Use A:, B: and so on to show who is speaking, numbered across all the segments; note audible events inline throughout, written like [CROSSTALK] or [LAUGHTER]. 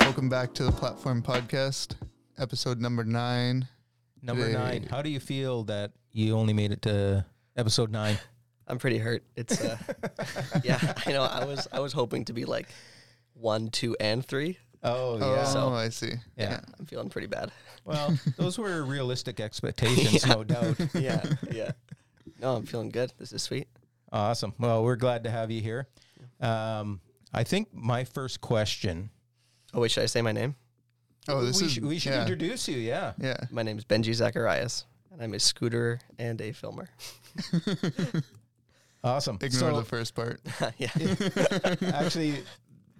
A: Welcome back to the Platform Podcast, episode number nine.
B: Number
A: Hey.
B: nine. How do you feel that you only made it to episode nine?
C: I'm pretty hurt.
B: [LAUGHS]
C: It's uh, yeah, I know. I was I was hoping to be like one, two, and three.
B: Oh
A: Oh,
C: So-
A: I see.
B: Yeah.
C: I'm feeling pretty bad.
B: Well, those were realistic [LAUGHS] expectations, no doubt.
C: Yeah, [LAUGHS] yeah. No, I'm feeling good. This is sweet.
B: Awesome. Well, we're glad to have you here. Um, I think my first question.
C: Oh wait, should I say my name?
A: Oh, this
B: we,
A: is
B: sh- we should
A: yeah,
B: introduce you. Yeah.
A: Yeah.
C: My name is Benji Zacharias, and I'm a scooter and a filmer. [LAUGHS]
B: Awesome.
A: Ignore
B: So-
A: the first part.
C: [LAUGHS] yeah,
B: actually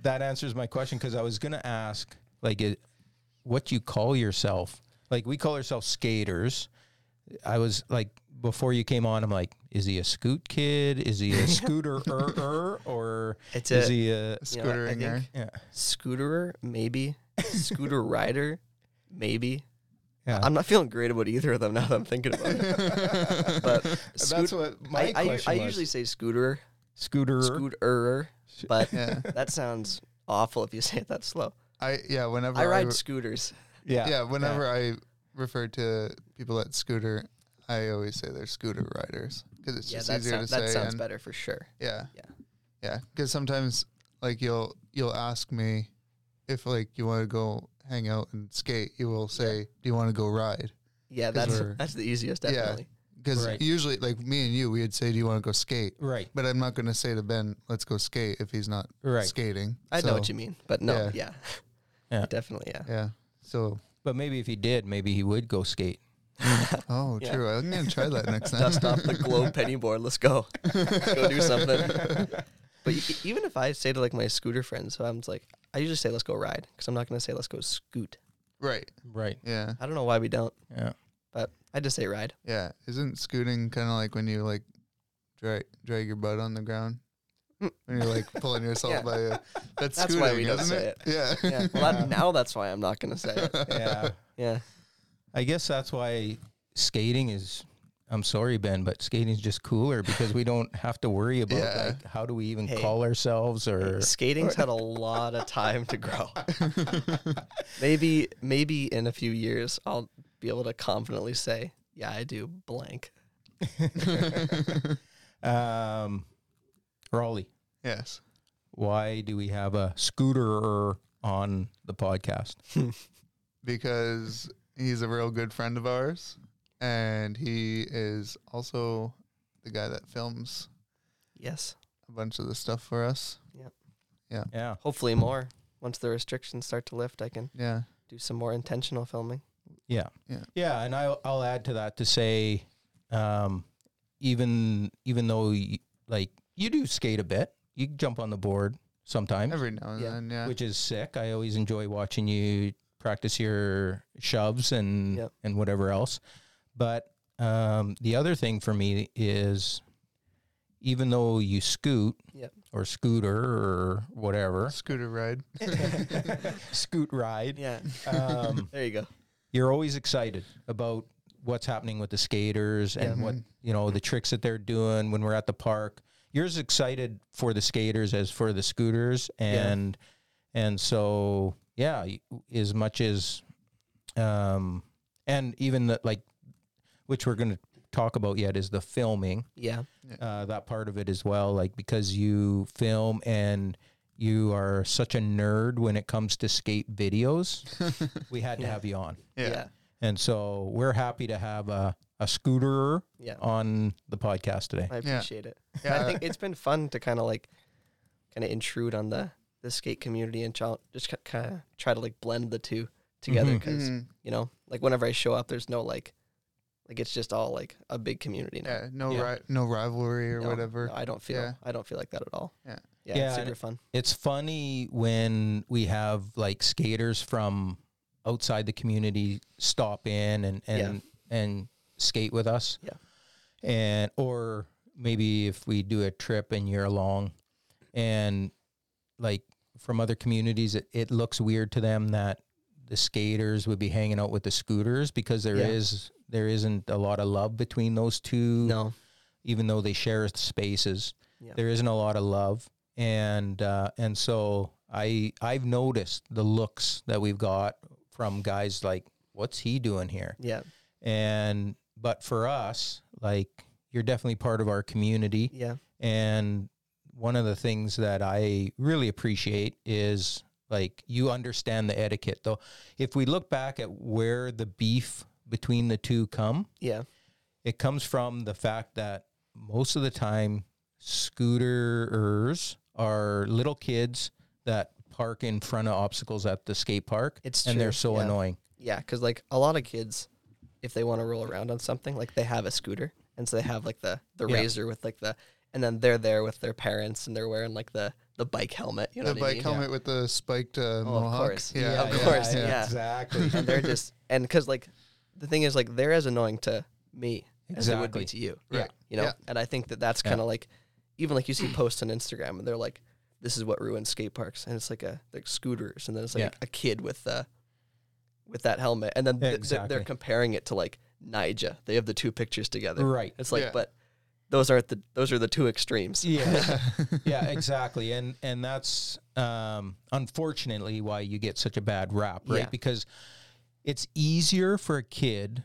B: that answers my question because i was going to ask like it, what you call yourself like we call ourselves skaters i was like before you came on i'm like is he a scoot kid is he
C: [LAUGHS]
B: a scooter or
C: it's
B: is
C: a
B: he a
C: You know, I
A: Scootering
C: think-
A: there.
B: yeah,
C: scooterer, maybe scooter rider, maybe.
B: yeah.
C: I'm not feeling great about either of them now that I'm thinking about
B: [LAUGHS]
C: it. But
B: that's
C: scoot-
B: what my
C: I, I,
B: question
C: I
B: was.
C: usually say scooterer,
B: scooter
C: scooterer, but
A: Yeah.
C: [LAUGHS] That sounds awful if you say it that slow.
A: I yeah, whenever
C: I ride
A: re-
C: scooters.
B: yeah
A: yeah, whenever I refer to people that scooter, I always say they're scooter riders because it's
C: Yeah,
A: just
C: that,
A: easier
C: sound,
A: to say.
C: that sounds
A: and-
C: better for sure.
A: Yeah.
C: Yeah.
A: Yeah. Because sometimes, like, you'll you'll ask me if like you want to go hang out and skate. You will say, "Do you want to go ride?"
C: Yeah,
A: 'Cause
C: that's
B: we're-
C: that's the easiest,
A: Yeah.
C: definitely.
A: Because
B: Right.
A: usually, like me and you, we'd say, "Do you want to go skate?"
B: right
A: But I'm not going to say to Ben, "Let's go skate" if he's not
B: right
A: skating.
C: I know
A: So,
C: what you mean, but no,
A: yeah.
C: yeah,
B: Yeah.
C: definitely,
A: [LAUGHS]
C: yeah.
A: Yeah. So,
B: but maybe if he did maybe he would go skate
A: oh,
C: Yeah.
A: true. I'm gonna try that next time.
C: [LAUGHS] Dust off the globe penny board.
A: [LAUGHS]
C: Let's go, go do something. But you, even if I say to like my scooter friends, so I'm like, I usually say let's go ride because I'm not gonna say let's go scoot.
A: right.
B: right
A: Yeah.
C: I don't know why we don't,
B: yeah
C: but I just say ride.
A: Yeah. Isn't scooting kind of like when you like drag drag your butt on the ground?
C: Mm.
A: When you're like pulling yourself
C: [LAUGHS] Yeah.
A: by a, that's,
C: That's
A: scooting,
C: why we don't
A: isn't
C: say
A: it? Yeah.
C: Yeah.
A: [LAUGHS]
C: Well, that, now that's why I'm not gonna say it.
B: yeah
C: Yeah.
B: I guess that's why skating is. I'm sorry, Ben, but skating's just cooler because we don't have to worry about
A: Yeah.
B: like how do we even
C: Hey.
B: call ourselves or
C: Skating's
A: [LAUGHS]
C: had a lot of time to grow. maybe maybe in a few years I'll be able to confidently say, yeah, I do blank.
A: [LAUGHS]
B: um, Raleigh.
A: yes.
B: Why do we have a scooter on the podcast?
A: Because he's a real good friend of ours, and he is also the guy that films
C: Yes.
A: a bunch of the stuff for us.
B: Yeah,
C: Hopefully more. Once the restrictions start to lift, I can
A: Yeah.
C: do some more intentional filming.
B: yeah,
A: Yeah.
B: yeah. And I'll, I'll add to that to say, um, even even though y like you do skate a bit, you jump on the board sometimes.
A: Every now and
C: Yeah.
A: then. Yeah.
B: which is sick. I always enjoy watching you practice your shoves and
C: Yep.
B: and whatever else. But um, the other thing for me is, even though you scoot
C: Yep.
B: or scooter or
C: [LAUGHS]
B: whatever,
A: Scooter ride. [LAUGHS]
B: scoot ride,
C: Yeah.
B: um,
C: There you go.
B: you're always excited about what's happening with the skaters and what you know the tricks that they're doing when we're at the park you're as excited for the skaters as for the scooters and and so yeah y- as much as um and even the, like which we're going to talk about yet is the filming
C: Yeah.
B: uh, that part of it as well like because you film and you are such a nerd when it comes to skate videos we had to
C: Yeah.
B: have you on
A: Yeah.
C: Yeah.
B: and so we're happy to have a, a scooter
C: Yeah.
B: on the podcast today.
C: I
A: Oh, Yeah.
C: appreciate it.
A: Yeah.
C: I think it's been fun to kind of like kind of intrude on the the skate community and try, just kind of try to like blend the two together
B: Mhm.
C: because
A: Mhm.
C: you know like whenever i show up there's no like like it's just all like a big community now
A: Yeah. No
B: Yeah.
A: ri- no rivalry or
C: No,
A: whatever.
C: no, i don't feel
A: Yeah.
C: i don't feel like that at all
A: Yeah.
C: yeah,
B: Yeah,
C: it's
B: and-
C: super fun
B: It's funny when we have like skaters from outside the community stop in and and and skate with us.
C: Yeah.
B: And or maybe if we do a trip and you're along and like from other communities it, it looks weird to them that the skaters would be hanging out with the scooters because there
C: Yeah.
B: is- there isn't a lot of love between those two
C: no
B: even though they share spaces.
C: Yeah.
B: There isn't a lot of love, and uh, and so I I've noticed the looks that we've got from guys like, what's he doing here?
C: Yeah.
B: And but for us, like you're definitely part of our community.
C: Yeah.
B: And one of the things that I really appreciate is like you understand the etiquette. Though if we look back at where the beef between the two come,
C: Yeah.
B: it comes from the fact that most of the time scooterers are little kids that park in front of obstacles at the skate park
C: It's
B: and
C: true,
B: they're so
C: yeah.
B: annoying.
C: Yeah. Because like a lot of kids, if they want to roll around on something, like they have a scooter, and so they have like the the
B: Yeah.
C: razor with like the, and then they're there with their parents, and they're wewearing like the the bike helmet. You know
A: the
C: what I
A: bike
C: mean?
A: helmet with the spiked uh, mohawk.
C: Oh, course.
A: Yeah,
C: Yeah, Of course, yeah.
B: Exactly.
C: [LAUGHS] and they're just and because like the thing is like they're as annoying to me as it would be
B: Exactly.
C: to you
B: Yeah.
C: you know
A: Yeah.
C: and i think that that's
B: Yeah.
C: kind of like even like you see posts on instagram and they're like this is what ruins skate parks and it's like a like scooters and then it's like
B: Yeah.
C: a kid with uh with that helmet and then th- th- they're
B: Exactly.
C: comparing it to like Nija. they have the two pictures together
B: right.
C: it's like
A: Yeah.
C: but those aren't the those are the two extremes
B: Yeah. [LAUGHS]
C: [LAUGHS]
B: yeah, exactly. And and that's um unfortunately why you get such a bad rap, right?
C: Yeah.
B: Because it's easier for a kid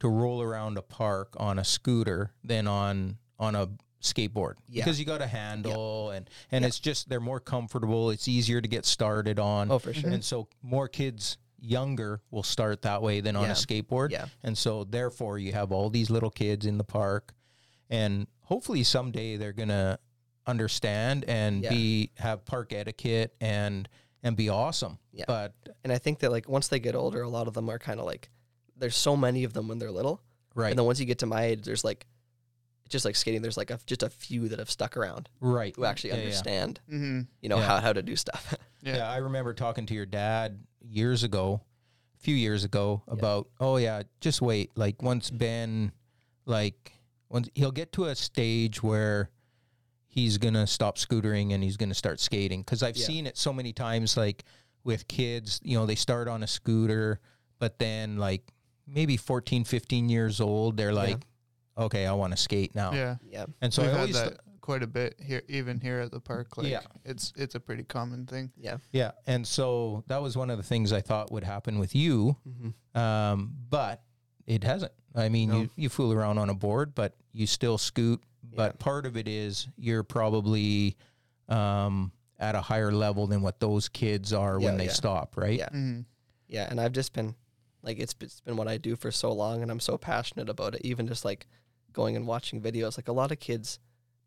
B: to roll around a park on a scooter than on on a skateboard
C: Yeah.
B: because you got a handle and and
C: Yeah.
B: it's just they're more comfortable it's easier to get started on
C: oh for sure
B: and so more kids younger will start that way than on
C: Yeah.
B: a skateboard
C: yeah
B: and so, therefore, you have all these little kids in the park, and hopefully someday they're gonna understand and
C: Yeah.
B: be have park etiquette and and be awesome.
C: Yeah.
B: But
C: and i think that like once they get older a lot of them are kind of like there's so many of them when they're little
B: right,
C: And then once you get to my age, there's like, just like skating, there's like a, just a few that have stuck around
B: right,
C: who actually
B: Yeah, yeah.
C: understand,
A: hmm
C: you know,
B: Yeah.
C: how, how to do stuff. [LAUGHS]
B: Yeah.
A: Yeah.
B: I remember talking to your dad years ago, a few years ago,
C: Yeah.
B: about oh yeah, just wait. Like once Ben, like once he'll get to a stage where he's gonna stop scootering and he's gonna start skating because I've
C: Yeah.
B: seen it so many times. Like with kids, you know, they start on a scooter, but then like maybe 14, 15 years old, they're like, okay, I want to skate now.
A: Yeah.
C: yeah.
B: And so
A: We've
B: I
A: had
B: always
A: that quite a bit here, even here at the park. Like,
B: Yeah.
A: it's it's a pretty common thing.
C: Yeah.
B: yeah, and so that was one of the things I thought would happen with you.
C: Mm-hmm.
B: Um, but it hasn't. I mean,
A: No.
B: you, you fool around on a board, but you still scoot. But part of it is you're probably um, at a higher level than what those kids are when
C: Yeah,
B: they
C: yeah.
B: stop, right?
C: Yeah.
A: hmm
C: Yeah. And I've just been like, it's, it's been what I do for so long and I'm so passionate about it. Even just like going and watching videos, like a lot of kids,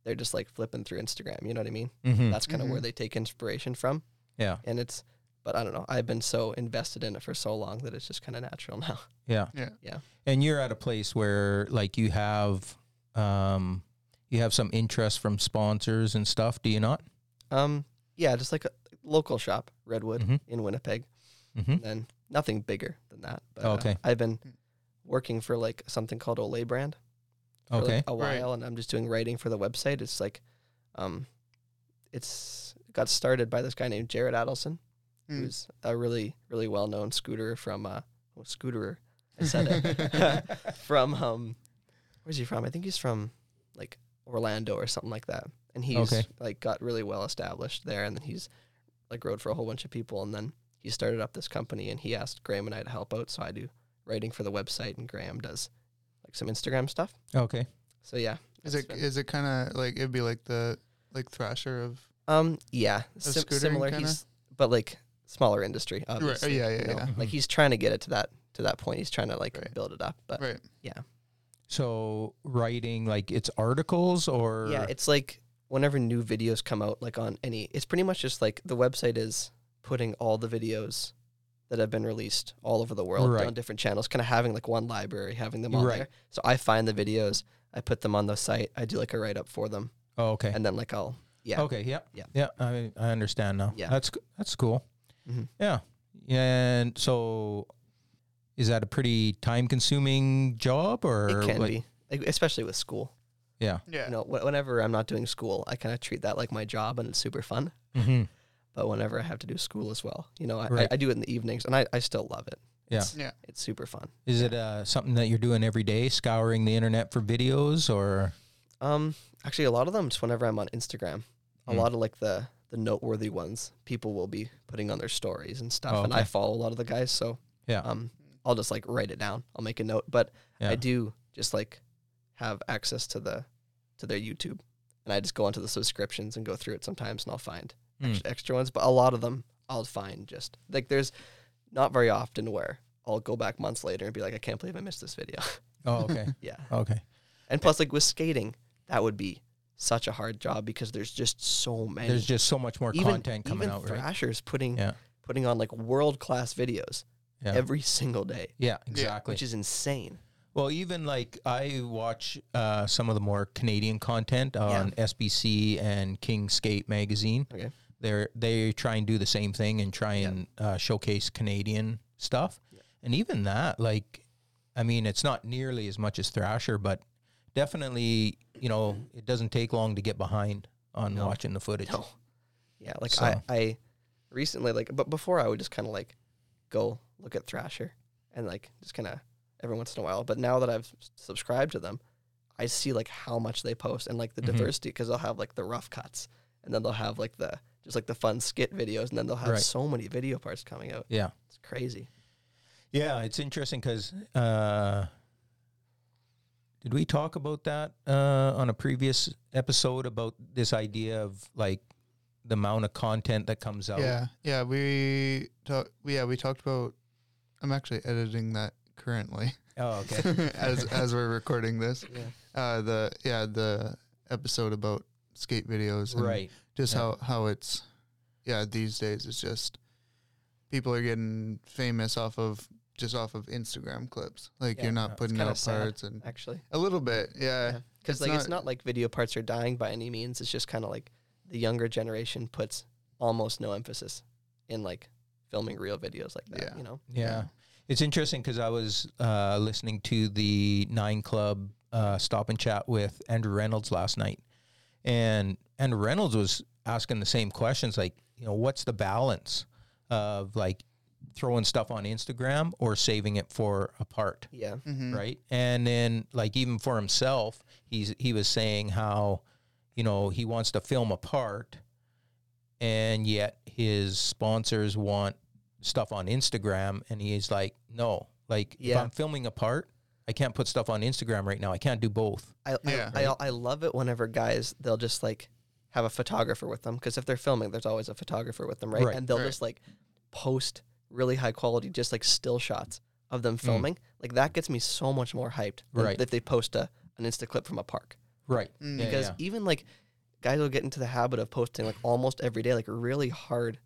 C: they're just like flipping through Instagram. You know what I mean?
B: Mhm.
C: That's kind of where
A: Mhm.
C: they take inspiration from.
B: Yeah.
C: And it's, but I don't know. I've been so invested in it for so long that it's just kind of natural now. [LAUGHS]
B: Yeah.
A: Yeah.
C: Yeah.
B: And you're at a place where like you have um, you have some interest from sponsors and stuff, do you not?
C: Um, yeah, just like a local shop, Redwood
B: Mhm.
C: in Winnipeg.
B: Mm-hmm.
C: and then nothing bigger than that. But uh,
B: Oh, Okay.
C: I've been
A: Hmm.
C: working for like something called Olay Brand for like,
B: Okay.
C: a
A: Right.
C: while, and I'm just doing writing for the website. It's like, um, it's got started by this guy named Jared Adelson,
A: Mm.
C: who's a really really well known scooterer from uh, oh, scooterer. I said it from um, where's he from? I think he's from like Orlando or something like that. And he's
B: Okay.
C: like got really well established there, and then he's like rode for a whole bunch of people, and then he started up this company, and he asked Graham and I to help out, so I do writing for the website, and Graham does like some Instagram stuff.
B: [LAUGHS] okay.
C: So yeah,
A: Is
C: that's
A: it
C: been-
A: is it kind of like it'd be like the like Thrasher of
C: Um, yeah, sim-
A: scootering
C: similar.
A: kinda? oh,
C: He's but like smaller industry, obviously.
A: yeah, yeah,
C: you know?
A: yeah.
C: [LAUGHS]
B: Mm-hmm.
C: Like he's trying to get it to that to that point. He's trying to like
A: Right.
C: build it up, but
A: right?
B: So writing like it's articles or
C: Yeah, it's like whenever new videos come out, like on any, it's pretty much just like the website is putting all the videos that have been released all over the world
B: Right.
C: on different channels, kind of having like one library, having them all
B: Right.
C: there. So I find the videos, I put them on the site, I do like a write up for them,
B: oh, okay.
C: and then like I'll, yeah.
B: Okay. Yeah.
C: Yeah.
B: Yeah. I I understand now.
C: Yeah.
B: That's that's cool.
C: Mhm.
B: Yeah. And so, is that a pretty time consuming job or
C: it can
B: like-
C: be, like, especially with school.
B: Yeah.
A: Yeah.
C: You know, wh- whenever I'm not doing school, I kind of treat that like my job and it's super fun.
B: Mhm.
C: But whenever I have to do school as well, you know, I,
B: Right.
C: I, I do it in the evenings and I, I still love it.
B: Yeah.
C: It's,
A: Yeah.
C: it's super fun.
B: Is it uh, something that you're doing every day, scouring the internet for videos or?
C: Um, actually, a lot of them just whenever I'm on Instagram, a
B: Hmm.
C: lot of like the the noteworthy ones people will be putting on their stories and stuff.
B: Oh,
C: And
B: okay.
C: I follow a lot of the guys, so
B: Yeah.
C: um, I'll just like write it down. I'll make a note, but
B: Yeah.
C: I do just like have access to the to their YouTube, and I just go onto the subscriptions and go through it sometimes, and I'll find
B: Hmm.
C: ex- extra ones. But a lot of them I'll find just like there's not very often where I'll go back months later and be like, I can't believe I missed this video. [LAUGHS]
B: Oh, okay.
C: yeah, [LAUGHS]
B: okay.
C: and plus like with skating, that would be such a hard job because there's just so many.
B: There's just so much more
C: even,
B: content coming
C: even
B: out, right?
C: Thrasher's putting
B: Yeah.
C: putting on like world class videos
B: Yeah.
C: every single day,
B: yeah, exactly.
C: which is insane.
B: Well, even like I watch uh, some of the more Canadian content on SBC and King Skate magazine.
C: Okay.
B: They're they try and do the same thing and try
C: Yeah.
B: and uh, showcase Canadian stuff.
C: Yeah.
B: And even that, like, I mean, it's not nearly as much as Thrasher, but definitely, you know, it doesn't take long to get behind on
C: No.
B: watching the footage.
C: No. Yeah, like
B: So-
C: I, I recently like but before I would just kinda like go look at Thrasher and like just kinda every once in a while. But now that I've s- subscribed to them, I see like how much they post and like the
B: Mhm.
A: Mm-hmm.
C: diversity because they'll have like the rough cuts and then they'll have like the just like the fun skit videos and then they'll have
B: Right.
C: so many video parts coming out.
B: Yeah.
C: It's crazy.
B: Yeah, it's interesting because uh, did we talk about that uh, on a previous episode about this idea of like the amount of content that comes out?
A: Yeah, yeah, we talk, yeah we talked about. I'm actually editing that currently [LAUGHS]
B: Oh, okay.
A: as as we're recording this.
C: Yeah.
A: Uh, the yeah the episode about skate videos, and
B: right.
A: Just
B: yeah.
A: how how it's yeah these days it's just people are getting famous off of just off of Instagram clips. Like
C: Yeah,
A: you're not
B: it's
A: putting
C: kinda
A: out
C: sad.
A: parts and
C: Actually.
A: a little bit, yeah.
C: because
A: It's
C: like it's
A: not-
C: not like video parts are dying by any means. It's just kind of like the younger generation puts almost no emphasis in like filming real videos like that.
A: Yeah.
C: You know,
B: Yeah.
A: Yeah.
B: It's interesting because I was uh, listening to the Nine Club uh, stop and chat with Andrew Reynolds last night. And Andrew Reynolds was asking the same questions like, you know, what's the balance of like throwing stuff on Instagram or saving it for a part?
C: yeah,
A: Mm-hmm.
B: right? And then like even for himself, he's he was saying how, you know, he wants to film a part, and yet his sponsors want stuff on Instagram, and he's like, no, like if
C: Yeah.
B: I'm filming a part, I can't put stuff on Instagram right now. I can't do both.
C: I
A: Yeah.
C: I, I I love it whenever guys they'll just like have a photographer with them because if they're filming, there's always a photographer with them, right?
B: Right,
C: and they'll
A: right.
C: just like post really high quality, just like still shots of them filming. Like that gets me so much more hyped. Than
B: Mm. Right.
C: If they post a an Insta clip from a park.
B: Right.
A: Mm.
B: Yeah,
C: because
B: yeah.
C: even like guys will get into the habit of posting like almost every day like really hard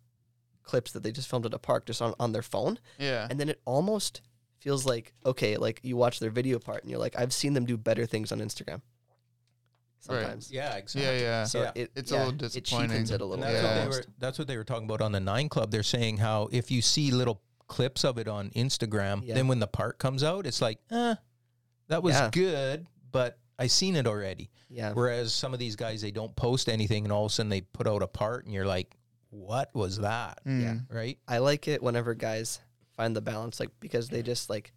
C: clips that they just filmed at a park just on, on their phone
A: Yeah.
C: and then it almost feels like okay like you watch their video part and you're like i've seen them do better things on instagram
A: Right.
C: sometimes
B: Yeah,
A: Yeah,
B: exactly.
A: yeah.
C: so
B: Yeah.
C: it,
A: It's a
C: yeah,
A: little
C: it cheapens
A: disappointing.
C: it a little
B: And that's,
C: bit
B: what
A: Yeah.
B: they were,
C: almost.
B: that's what they were talking about on the Nine Club. They're saying how if you see little clips of it on Instagram,
C: Yeah.
B: then when the part comes out, it's like, eh, that was
C: Yeah.
B: good, but I seen it already.
C: yeah
B: Whereas some of these guys, they don't post anything, and all of a sudden they put out a part, and you're like, what was that?
A: Mm.
C: Yeah.
B: Right?
C: I like it whenever guys find the balance, like because they just like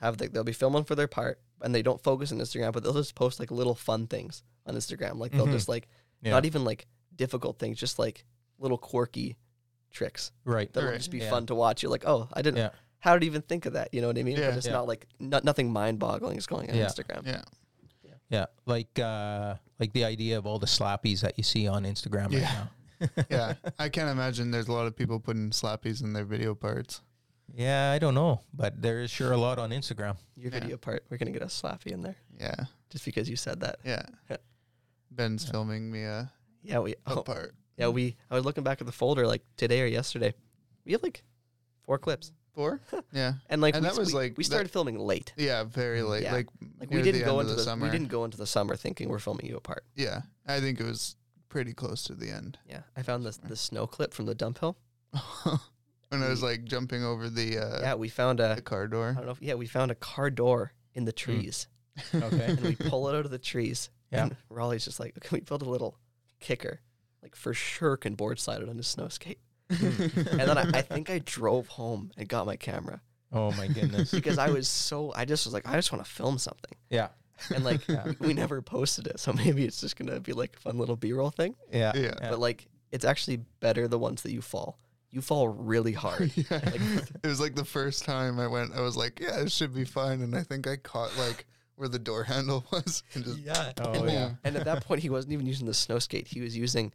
C: have like they'll be filming for their part and they don't focus on Instagram, but they'll just post like little fun things on Instagram. Like
A: Mm-hmm.
C: they'll
B: Mhm.
C: just like
B: Yeah.
C: not even like difficult things, just like little quirky tricks
B: Right.
C: that will
A: Right.
C: just be
B: Yeah.
C: fun to watch. You're like, oh, I didn't.
B: Yeah.
C: How did I even think of that? You know what I mean?
A: Yeah.
C: But it's
B: Yeah.
C: not like not, nothing mind boggling is going on
B: Yeah.
C: Instagram.
A: Yeah.
B: Yeah. Like, uh, like the idea of all the slappies that you see on Instagram right
A: Yeah.
B: now.
A: Yeah.
C: [LAUGHS]
A: I can't imagine there's a lot of people putting slappies in their video parts.
B: Yeah, I don't know, but there is sure a lot on Instagram.
C: Your
A: Yeah.
C: video part, we're gonna get a slappy in there
A: Yeah.
C: just because you said that. [LAUGHS]
A: Yeah. Ben's filming me a,
C: Yeah, we.
A: a
C: Oh,
A: part.
C: yeah, we. I was looking back at the folder like today or yesterday. We have like four clips.
A: Four? [LAUGHS] yeah.
C: And like
A: And
C: we,
A: that was,
C: we-
A: like,
C: we
A: that-
C: started filming late.
A: Yeah, very late.
C: Mm. Yeah.
A: Like,
C: Like
A: near
C: we didn't
A: the
C: go
A: end
C: into
A: of
C: the,
A: the summer.
C: we didn't go into the summer thinking we're filming you apart.
A: yeah. I think it was pretty close to the
C: [LAUGHS]
A: end.
C: Yeah, I found this the snow clip from the dump hill.
A: when I was
C: We-
A: like jumping over the uh,
C: yeah, we found a
A: the car
C: I
A: door.
C: [LAUGHS] don't know. If, yeah, we found a car door in the trees,
A: [LAUGHS]
B: Okay.
C: and we pull it out of the trees.
B: Yeah.
C: and Raleigh's just like, can we build a little kicker? Like for sure can board slide it on his snow skate. [LAUGHS] and then I, I think I drove home and got my camera
B: Oh my goodness.
C: because I was so I just was like I just want to film something
B: yeah.
C: and like
B: Yeah.
C: we never posted it so maybe it's just gonna be like a fun little B roll thing
B: Yeah.
A: Yeah.
C: but like it's actually better the ones that you fall. You fall
B: [LAUGHS]
C: really hard.
A: [LAUGHS] yeah. it was like the first time I went, I was like, yeah, it should be fine. And I think I caught like where the door [LAUGHS] handle was and just
C: yeah.
A: [LAUGHS]
B: Oh
C: and,
B: yeah.
C: and at that point, he wasn't even using the snow skate. He was using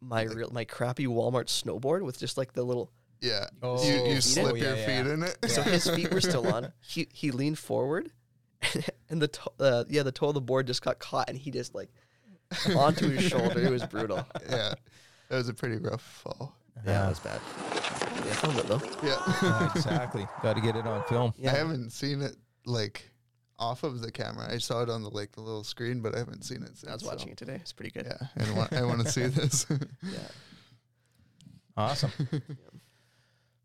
C: my real my crappy Walmart snowboard with just like the little.
A: yeah.
B: Oh,
A: you
B: feet
A: you
B: in?
A: slip
B: Oh, yeah,
A: your
B: yeah.
A: feet in it.
C: [LAUGHS] So his feet were still on. He he leaned forward, [LAUGHS] and the to- uh, yeah the toe of the board just got caught, and he just like [LAUGHS] onto his shoulder. It was brutal.
A: [LAUGHS] yeah. That was a pretty rough fall.
C: Yeah,
B: Yeah.
C: it was bad. Yeah, I filmed it though.
A: Yeah.
B: [LAUGHS]
A: [LAUGHS]
B: Oh, exactly. Got to get it on film.
C: Yeah.
A: I haven't seen it like off of the camera. I saw it on the like the little screen, but I haven't seen it since.
C: I was
A: so,
C: watching it today. It's pretty good.
A: Yeah, and wa- I want to
C: [LAUGHS]
A: see this. [LAUGHS]
C: Yeah.
B: Awesome.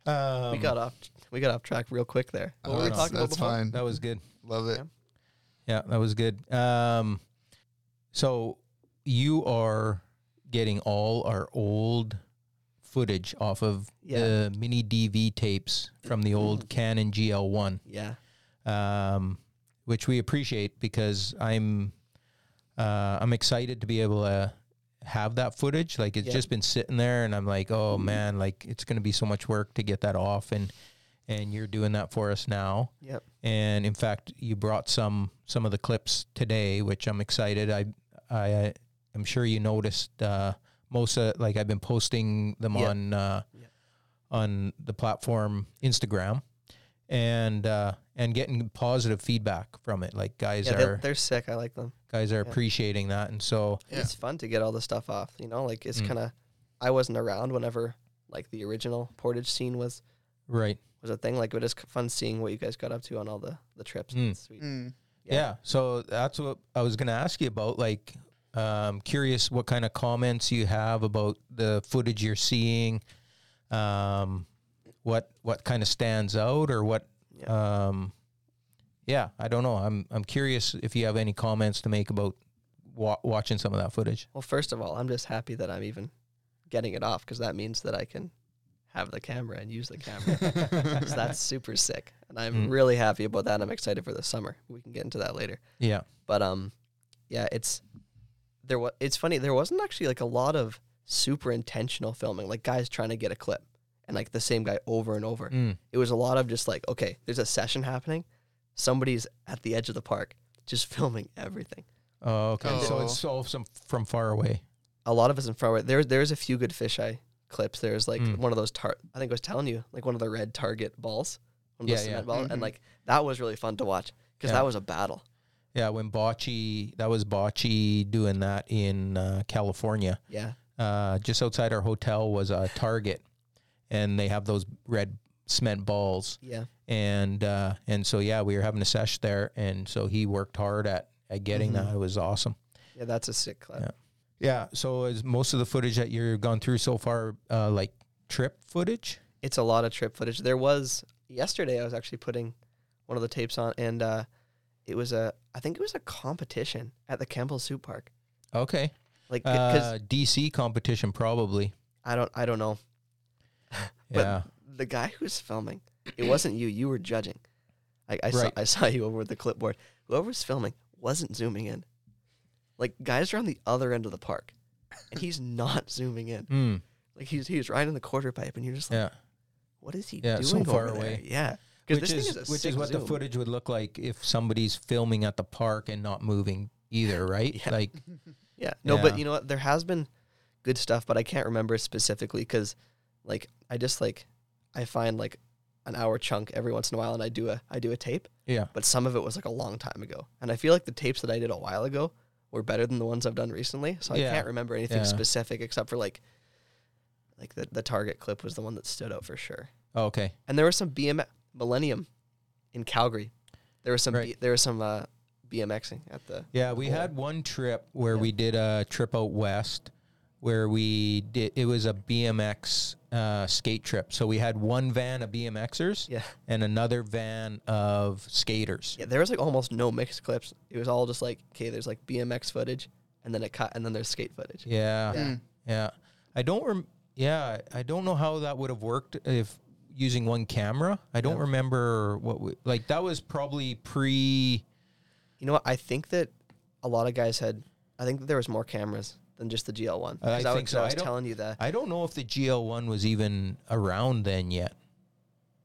B: Um,
C: we got off we got off track real quick there. What were we
A: Oh, That's-
C: talking about
A: that's
C: before?
A: fine.
B: That was good.
A: Love it.
C: Yeah.
B: Yeah, that was good. Um, so you are getting all our old footage off of
C: Yeah.
B: the mini DV tapes from the old Canon GL1,
C: Yeah.
B: um, which we appreciate because I'm uh, I'm excited to be able to have that footage. Like it's
C: Yeah. Mm-hmm.
B: just been sitting there, and I'm like, oh man, like it's going to be so much work to get that off, and and you're doing that for us now
C: Yep.
B: and in fact you brought some some of the clips today which i'm excited i i i'm sure you noticed uh most of like i've been posting them
C: Yeah.
B: on uh
C: Yeah.
B: on the platform instagram and uh and getting positive feedback from it like guys
C: Yeah,
B: are
C: they're, they're sick. I like them.
B: guys are
C: yeah.
B: appreciating that and so
C: And It's fun to get all the stuff off, you know, like it's
B: Mm.
C: kind of I wasn't around whenever like the original portage scene was
B: right
C: was a thing. Like it was fun seeing what you guys got up to on all the the trips.
B: Mm.
C: It's sweet.
A: Mm.
B: Yeah. So that's what I was going to ask you about. Like, um, curious what kind of comments you have about the footage you're seeing. Um, what what kind of stands out or what? Um, yeah, I don't know. I'm I'm curious if you have any comments to make about wa- watching some of that
C: [LAUGHS]
B: footage.
C: Well, first of all, I'm just happy that I'm even getting it off because that means that I can have the camera and use
B: [LAUGHS]
C: the camera. so that's super sick, and I'm
B: Mm.
C: really happy about that. I'm excited for the summer. We can get into that later.
B: Yeah.
C: But um, yeah, it's there. Was it's funny there wasn't actually like a lot of super intentional filming, like guys trying to get a clip and like the same guy over and over.
B: Mm.
C: It was a lot of just like, okay, there's a session happening, somebody's at the edge of the park just [LAUGHS] filming everything.
B: Oh, okay. So
A: Oh.
B: it's so some from far away.
C: A lot of us in front of there. There's a few good fisheye clips. There's like
B: Mm.
C: one of those tar. I think I was telling you like one of the red target balls, one of
B: Yeah,
C: those cement
B: yeah.
C: balls,
A: Mhm.
C: and like that was really fun to watch because
B: Yeah.
C: that was a battle.
B: Yeah. When Bocce, that was Bocce doing that in uh, California.
C: Yeah,
B: uh, just outside our hotel was a Target, and they have those red cement balls.
C: yeah,
B: And uh, and so yeah, we were having a sesh there, and so he worked hard at at getting that. It was awesome.
C: yeah. That's a sick clip.
B: Yeah. Mm-hmm. Yeah. So is most of the footage that you've gone through so far uh, like trip footage?
C: it's a lot of trip footage. There was yesterday I was actually putting one of the tapes on and uh it was a I think it was a competition at the Campbell Soup Park.
B: Okay.
C: Like cuz
B: Uh, DC competition probably.
C: I don't I don't know. But
B: Yeah.
C: the guy who's filming, it wasn't you, you were judging. I I saw
B: Right.
C: I saw [LAUGHS] you over the clipboard. Whoever was filming wasn't zooming in. Like guys are on the other end of the park and he's not zooming in.
B: Mm,
C: Like he's he's right in the quarter pipe and you're just like
B: yeah.
C: what is he
B: Yeah,
C: doing
B: so far
C: over
B: away.
C: there? Yeah.
B: Which
C: Cuz this
B: is,
C: thing is a
B: which is
C: sick
B: what the
C: zoom.
B: footage would look like if somebody's filming at the park and not moving either, right?
C: [LAUGHS] Yeah.
B: Like
C: Yeah. No, but
B: Yeah.
C: you know what? There has been good stuff, but I can't remember specifically because, like, I just like I find like an hour chunk every once in a while, and I do a I do a tape,
B: yeah.
C: but some of it was like a long time ago, and I feel like the tapes that I did a while ago were better than the ones I've done recently, so
B: Yeah.
C: I can't remember anything
B: Yeah.
C: specific except for like like the the target clip was the one that stood out for sure,
B: Okay.
C: and there was some BM Millennium in Calgary, there was some
B: Right.
C: B, there was some uh, BMXing at the
B: Yeah, we
C: Cool.
B: had one trip where
C: Yeah.
B: we did a trip out west where we did it was a BMX uh, skate trip. So we had one van of BMXers
C: yeah.
B: and another van of skaters.
C: Yeah, there was like almost no mixed clips. It was all just like, okay, there's like BMX footage, and then it cut, and then there's skate footage.
B: Yeah. Yeah.
C: Yeah.
B: I don't rem- yeah, I don't know how that would have worked if using one camera. I don't remember what we, like that was probably pre
C: You know what? I think that a lot of guys had, I think that there was more cameras than than just the GL one.
B: I
C: Because I,
B: think
C: was-
B: so.
C: I
B: I
C: was
B: don't-
C: telling you that.
B: I don't know if the GL1 was even around then yet.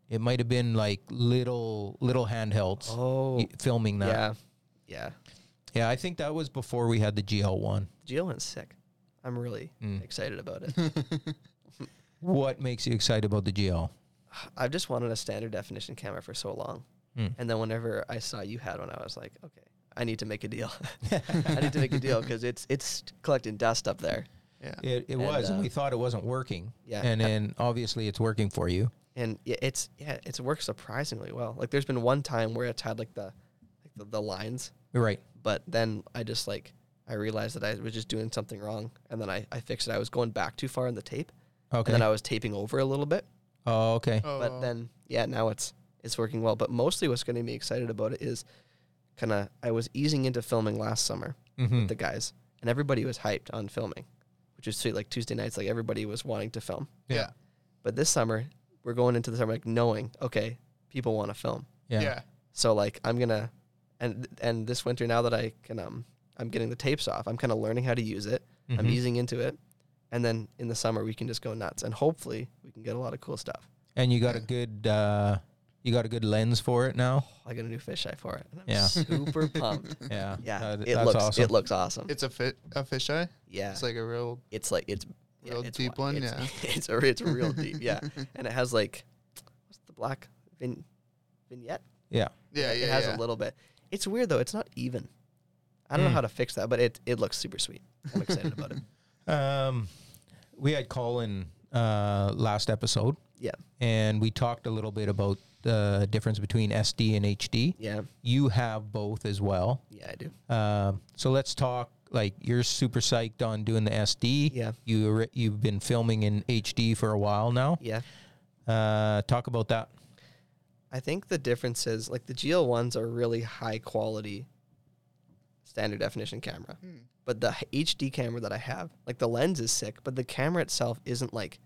B: It might have been like little little handhelds
C: Oh,
B: y- filming that.
C: yeah, yeah.
B: Yeah, I think that was before we had the GL1.
C: GL one's sick. I'm really
B: Mm.
C: excited about it.
B: [LAUGHS] What makes you excited about the GL?
C: I've just wanted a standard definition camera for so long.
B: Hmm.
C: And then whenever I saw you had one, I was like, okay, I need to make a deal. [LAUGHS] I need to make a
B: [LAUGHS]
C: deal because it's it's collecting dust up there.
A: Yeah.
B: It, it was, and
C: uh,
B: we thought it wasn't working.
C: Yeah.
B: And then obviously it's working for you.
C: And yeah, it's yeah, it's worked surprisingly well. Like there's been one time where it's had like the like the, the lines,
B: You're right.
C: but then I just like I realized that I was just doing something wrong, and then I, I fixed it. I was going back too far in the tape,
B: Okay.
C: and then I was taping over a little bit.
B: oh, okay.
A: Oh.
C: but then yeah now it's it's working well but mostly what's getting me excited about it is kind of i was easing into filming last summer
B: hmm
C: with the guys and everybody was hyped on filming which is sweet like tuesday nights like everybody was wanting to film
A: yeah.
C: but this summer we're going into the summer like knowing okay people want to film
A: Yeah.
B: Yeah.
C: so like i'm gonna and and this winter now that i can um i'm getting the tapes off i'm kind of learning how to use it i'm
B: Mhm.
C: easing into it and then in the summer we can just go nuts and hopefully we can get a lot of cool stuff
B: And you got a
A: Yeah.
B: good uh, you got a good lens for it
C: [LAUGHS]
B: now.
C: I got a new fisheye for it. And I'm
A: [LAUGHS]
B: Yeah.
C: super pumped.
B: Yeah.
C: Yeah,
B: Uh,
C: it
B: that's
C: looks
B: awesome.
C: it looks awesome.
A: It's a fit a fisheye.
C: yeah,
A: It's like a real
C: it's like it's yeah,
A: real
C: it's
A: deep
C: wi-
A: one,
C: It's, [LAUGHS] it's a it's real deep.
A: [LAUGHS]
C: Yeah, and it has like what's the black vin, vignette?
B: yeah.
A: yeah,
C: it
A: yeah.
C: has
A: yeah. Hmm.
C: a little bit. It's weird though. It's not even. I don't know
B: Mm.
C: how to fix that, but it it looks super sweet. I'm excited
A: [LAUGHS]
C: about it.
B: Um, we had Colin uh, last episode,
C: Yeah,
B: and we talked a little bit about the difference between SD and HD.
C: yeah,
B: You have both as well.
C: yeah. I do.
B: Um, so let's talk. Like you're super psyched on doing the SD.
C: Yeah.
B: You re- you've been filming in HD for a while now.
C: Yeah,
B: Uh, talk about that.
C: I think the difference is like the GL ones are really high quality standard definition camera. But the h- HD camera that I have, like the lens is sick, but the camera itself isn't like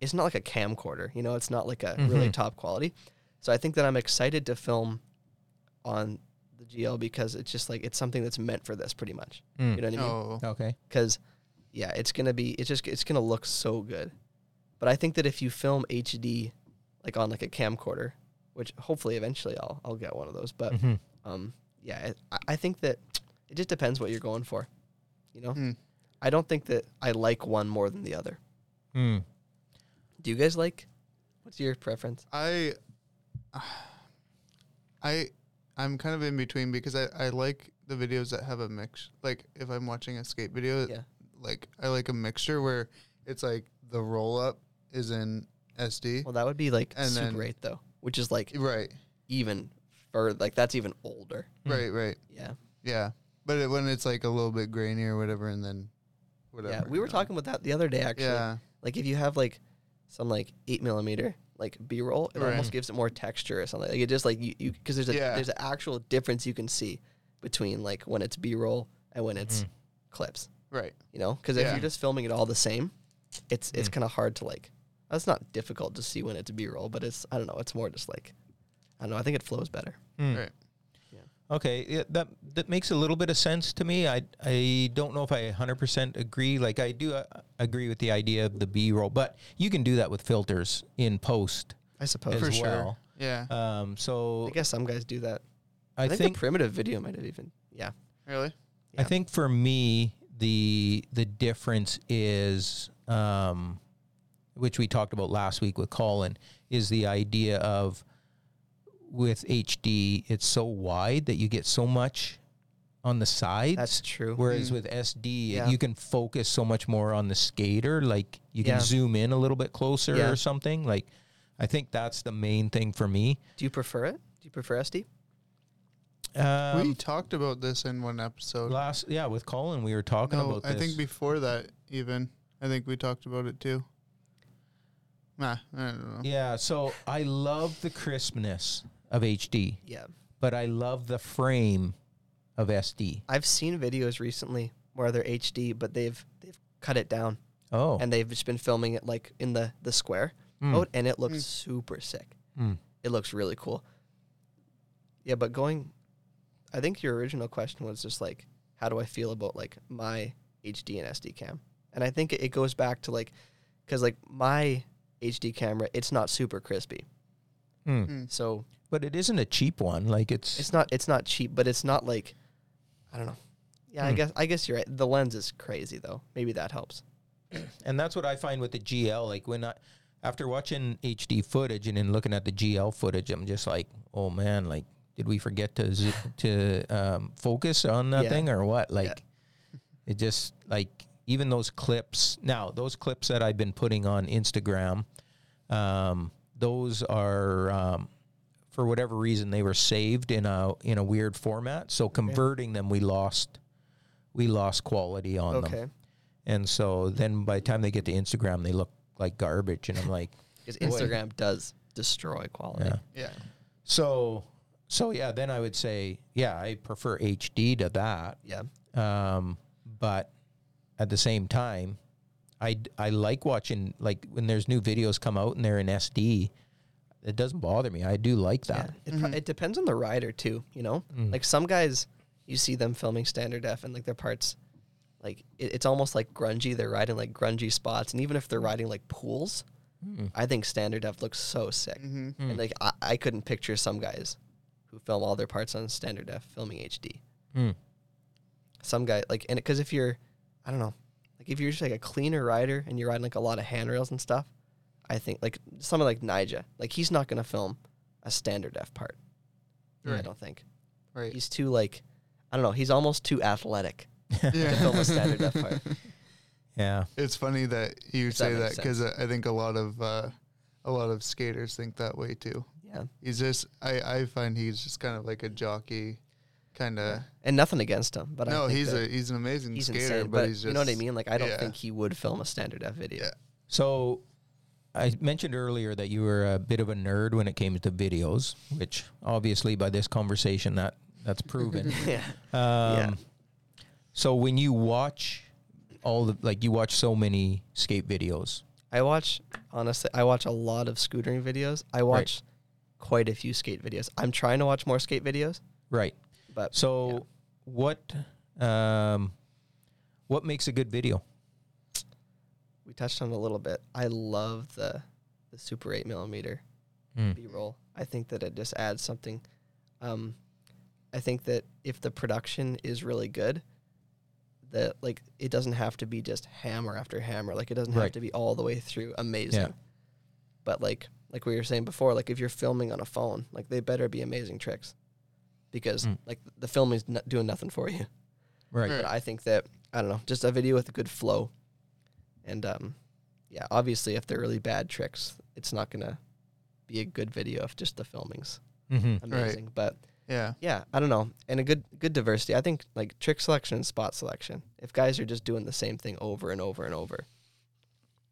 C: it's not like a camcorder, you know, it's not like a really
B: Mhm.
C: top quality. So I think that I'm excited to film on the GL because it's just like it's something that's meant for this pretty much.
B: Mm.
C: You know what I mean?
A: Oh,
B: Okay.
C: because yeah it's gonna be it's just it's gonna look so good but i think that if you film hd like on like a camcorder which hopefully eventually i'll i'll get one of those
A: [LAUGHS]
C: but
B: Mhm.
C: um yeah it, I- i think that it just depends what you're going for you know
A: Hmm.
C: i don't think that i like one more than the other
B: Mm.
C: do you guys like what's your preference
A: I, [SIGHS] I, I'm kind of in between because I I like the videos that have a mix. Like if I'm watching a skate video,
C: Yeah.
A: like I like a mixture where it's like the roll up is in SD,
C: well that would be like
A: And
C: super
A: then-
C: 8 though which is like
A: right,
C: even further like that's even older
A: right, right,
C: yeah
A: yeah. But it, when it's like a little bit grainy or whatever, and then whatever.
C: yeah we were
A: um,
C: talking about that the other day actually
A: Yeah,
C: Like if you have like some like eight millimeter like B roll, it
A: Right.
C: almost gives it more texture or something. Like it just like you because there's a
A: Yeah.
C: there's an actual difference you can see between like when it's B roll and when it's clips.
A: right.
C: You know, because if
A: Yeah.
C: you're just filming it all the same, it's it's kind of hard to like. That's not difficult to see when it's B roll, but it's I don't know. It's more just like I don't know. I think it flows better.
B: Mm.
A: Right.
C: Yeah.
B: Okay, yeah, that that makes a little bit of sense to me. I I don't know if I 100% agree. Like I do uh, agree with the idea of the B-roll, but you can do that with filters in post
C: I suppose.
B: as
A: For sure.
B: well.
A: Yeah,
B: Um so
C: I guess some guys do that.
B: I,
C: I,
B: think
C: think, the primitive video might have even yeah
A: really.
B: I think for me the the difference is um which we talked about last week with Colin is the idea of with HD it's so wide that you get so much on the sides.
C: that's true. Mm.
B: Whereas with SD,
C: Yeah.
B: you can focus so much more on the skater. Like you can
C: Yeah.
B: zoom in a little bit closer
C: Yeah.
B: or something. Like I think that's the main thing for me.
C: Do you prefer it? Do you prefer SD?
A: we
B: Um,
A: talked about this in one episode.
B: last, yeah, with Colin, we were talking
A: No,
B: about this.
A: I think before that, even I think we talked about it too. Nah, I don't know.
B: yeah. So I love the crispness of HD,
C: Yeah.
B: but I love the frame of SD.
C: I've seen videos recently where they're HD, but they've they've cut it down
B: Oh,
C: and they've just been filming it like in the the square
B: Mm.
C: mode, and it looks
A: Mm.
C: super sick.
B: Mm.
C: It looks really cool. Yeah, but going, I think your original question was just like, how do I feel about like my HD and SD cam, and I think it, it goes back to like because like my HD camera, it's not super crispy,
B: Mm.
C: so
B: But it isn't a cheap one. Like it's,
C: it's not it's not cheap, but it's not like I don't know. Yeah, I
B: Hmm.
C: guess I guess you're right. The lens is crazy though. Maybe that helps.
B: and that's what I find with the GL. Like when I, after watching HD footage and then looking at the GL footage, I'm just like, oh man, like did we forget to z- [LAUGHS] to um, focus on that
C: Yeah.
B: thing or what? Like it just like even those clips. Now those clips that I've been putting on Instagram, um, those are. Um, for whatever reason, they were saved in a in a weird format. So converting them, we lost we lost quality on them.
C: Okay,
B: And so then by the time they get to Instagram, they look like garbage. And I'm like,
C: because
B: Boy.
C: Instagram does destroy quality.
B: Yeah.
A: Yeah.
B: so, so yeah, then I would say, yeah, I prefer HD to that.
C: Yeah.
B: Um, but at the same time, I, I like watching, like when there's new videos come out and they're in SD, it doesn't bother me. I do like that. Mm.
C: It, pro- it depends on the rider too, you know? Like some guys, you see them filming standard F and like their parts, like it, it's almost like grungy. They're riding like grungy spots. And even if they're riding like pools, I think standard F looks so sick.
A: Mm-hmm.
C: And like I, I couldn't picture some guys who film all their parts on standard F filming HD.
B: Mm.
C: Some guy, like, and because if you're, I don't know, like if you're just like a cleaner rider and you're riding like a lot of handrails and stuff, I think like someone like Nija, like he's not going to film a standard F part. I
A: Right.
C: don't think
A: Right.
C: he's too like I don't know. He's almost too athletic to film a standard F part.
B: Mm. [LAUGHS] Yeah.
A: [LAUGHS] It's funny that you
C: If that
A: say that
C: makes
A: because I think a lot of uh, a lot of skaters think that way too.
C: Yeah,
A: He's just I, I find he's just kind of like a jockey, kind of.
C: and nothing against him, but I
A: No,
C: think
A: he's a
C: that
A: he's an amazing
C: he's
A: skater,
C: insane.
A: but, he's just
C: you know what I mean. Like I don't
A: yeah.
C: think he would film a standard F video.
A: Yeah.
B: So I mentioned earlier that you were a bit of a nerd when it came to videos, which obviously by this conversation that that's proven.
C: [LAUGHS] Yeah.
B: Um, So when you watch all the like you watch so many skate videos.
C: I watch honestly. I watch a lot of scootering videos. I watch quite a few skate videos. I'm trying to watch more skate videos,
B: Right.
C: but
B: So
C: Yeah.
B: what um what makes a good video?
C: we touched on it a little bit. I love the the super eight millimeter
B: Mm.
C: B roll. I think that it just adds something. Um, I think that if the production is really good, that like it doesn't have to be just hammer after hammer. Like it doesn't
B: Right.
C: have to be all the way through amazing. But like like we were saying before, like if you're filming on a phone, like they better be amazing tricks, because
B: Mm.
C: like the filming's not doing nothing for you.
B: Right.
A: Right.
C: But I think that I don't know, just a video with a good flow, and um, yeah, obviously if they're really bad tricks, it's not gonna be a good video if just the filming's
B: Mm-hmm.
C: amazing. But
A: yeah,
C: yeah, I don't know, and a good good diversity. I think like trick selection and spot selection. If guys are just doing the same thing over and over and over,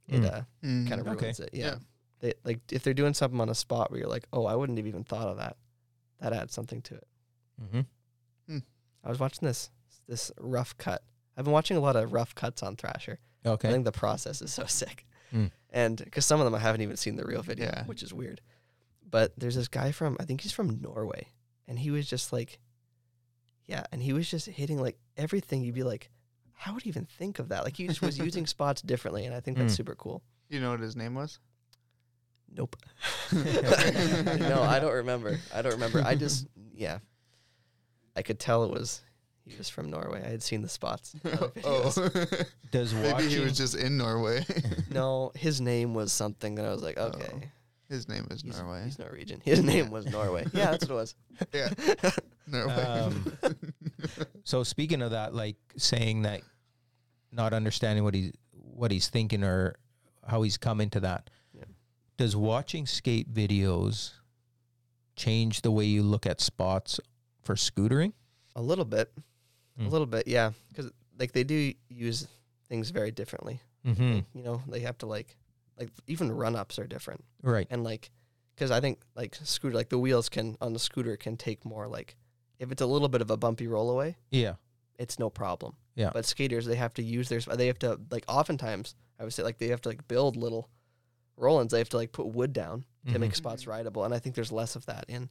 C: it
B: Mm.
C: uh,
A: Mm.
C: kind of
B: Okay.
C: ruins it. Yeah.
A: Yeah.
C: They, like if they're doing something on a spot where you're like, oh, I wouldn't have even thought of that. That adds something to it.
B: Mm-hmm.
C: I was watching this this rough cut. I've been watching a lot of rough cuts on Thrasher. I
B: Okay.
C: think the process is so sick,
B: Mm.
C: and because some of them I haven't even seen the real video,
A: Hmm. Yeah.
C: which is weird. But there's this guy from I think he's from Norway, and he was just like, yeah, and he was just hitting like everything. You'd be like, how would he even think of that? Like he just
A: [LAUGHS]
C: was using spots differently, and I think
A: Hmm.
C: that's
B: Mm.
C: super cool.
A: you know what his name was?
B: [LAUGHS]
C: Nope. [LAUGHS] no, I don't remember. I don't remember. I just yeah. I could tell it was he was from Norway. I had seen the
A: [LAUGHS]
C: spots. in other
A: [LAUGHS] oh,
C: videos.
B: Does
A: maybe he
B: watching
A: was just in Norway.
C: [LAUGHS] No, his name was something that I was like,
A: Oh,
C: okay.
A: his name is
C: he's,
A: Norway.
C: he's Norwegian. [LAUGHS] His name was Norway. Yeah, that's what it was.
A: yeah, Norway.
B: Um, so speaking of that, like saying that, not understanding what he's what he's thinking or how he's come into that,
C: Yeah.
B: does watching skate videos change the way you look at spots for scootering?
C: [LAUGHS] A little bit.
B: Mm.
C: A little bit, yeah. Because like they do use things very differently.
B: Mm-hmm.
C: You know, they have to like like even run ups are different.
B: Right.
C: and like because i think like scooter like the wheels can on the scooter can take more like if it's a little bit of a bumpy roll away
B: Yeah.
C: it's no problem
B: Yeah.
C: but skaters they have to use their sp- they have to like oftentimes i would say like they have to like build little roll-ins they have to like put wood down to make
B: Mhm.
C: spots rideable and i think there's less of that in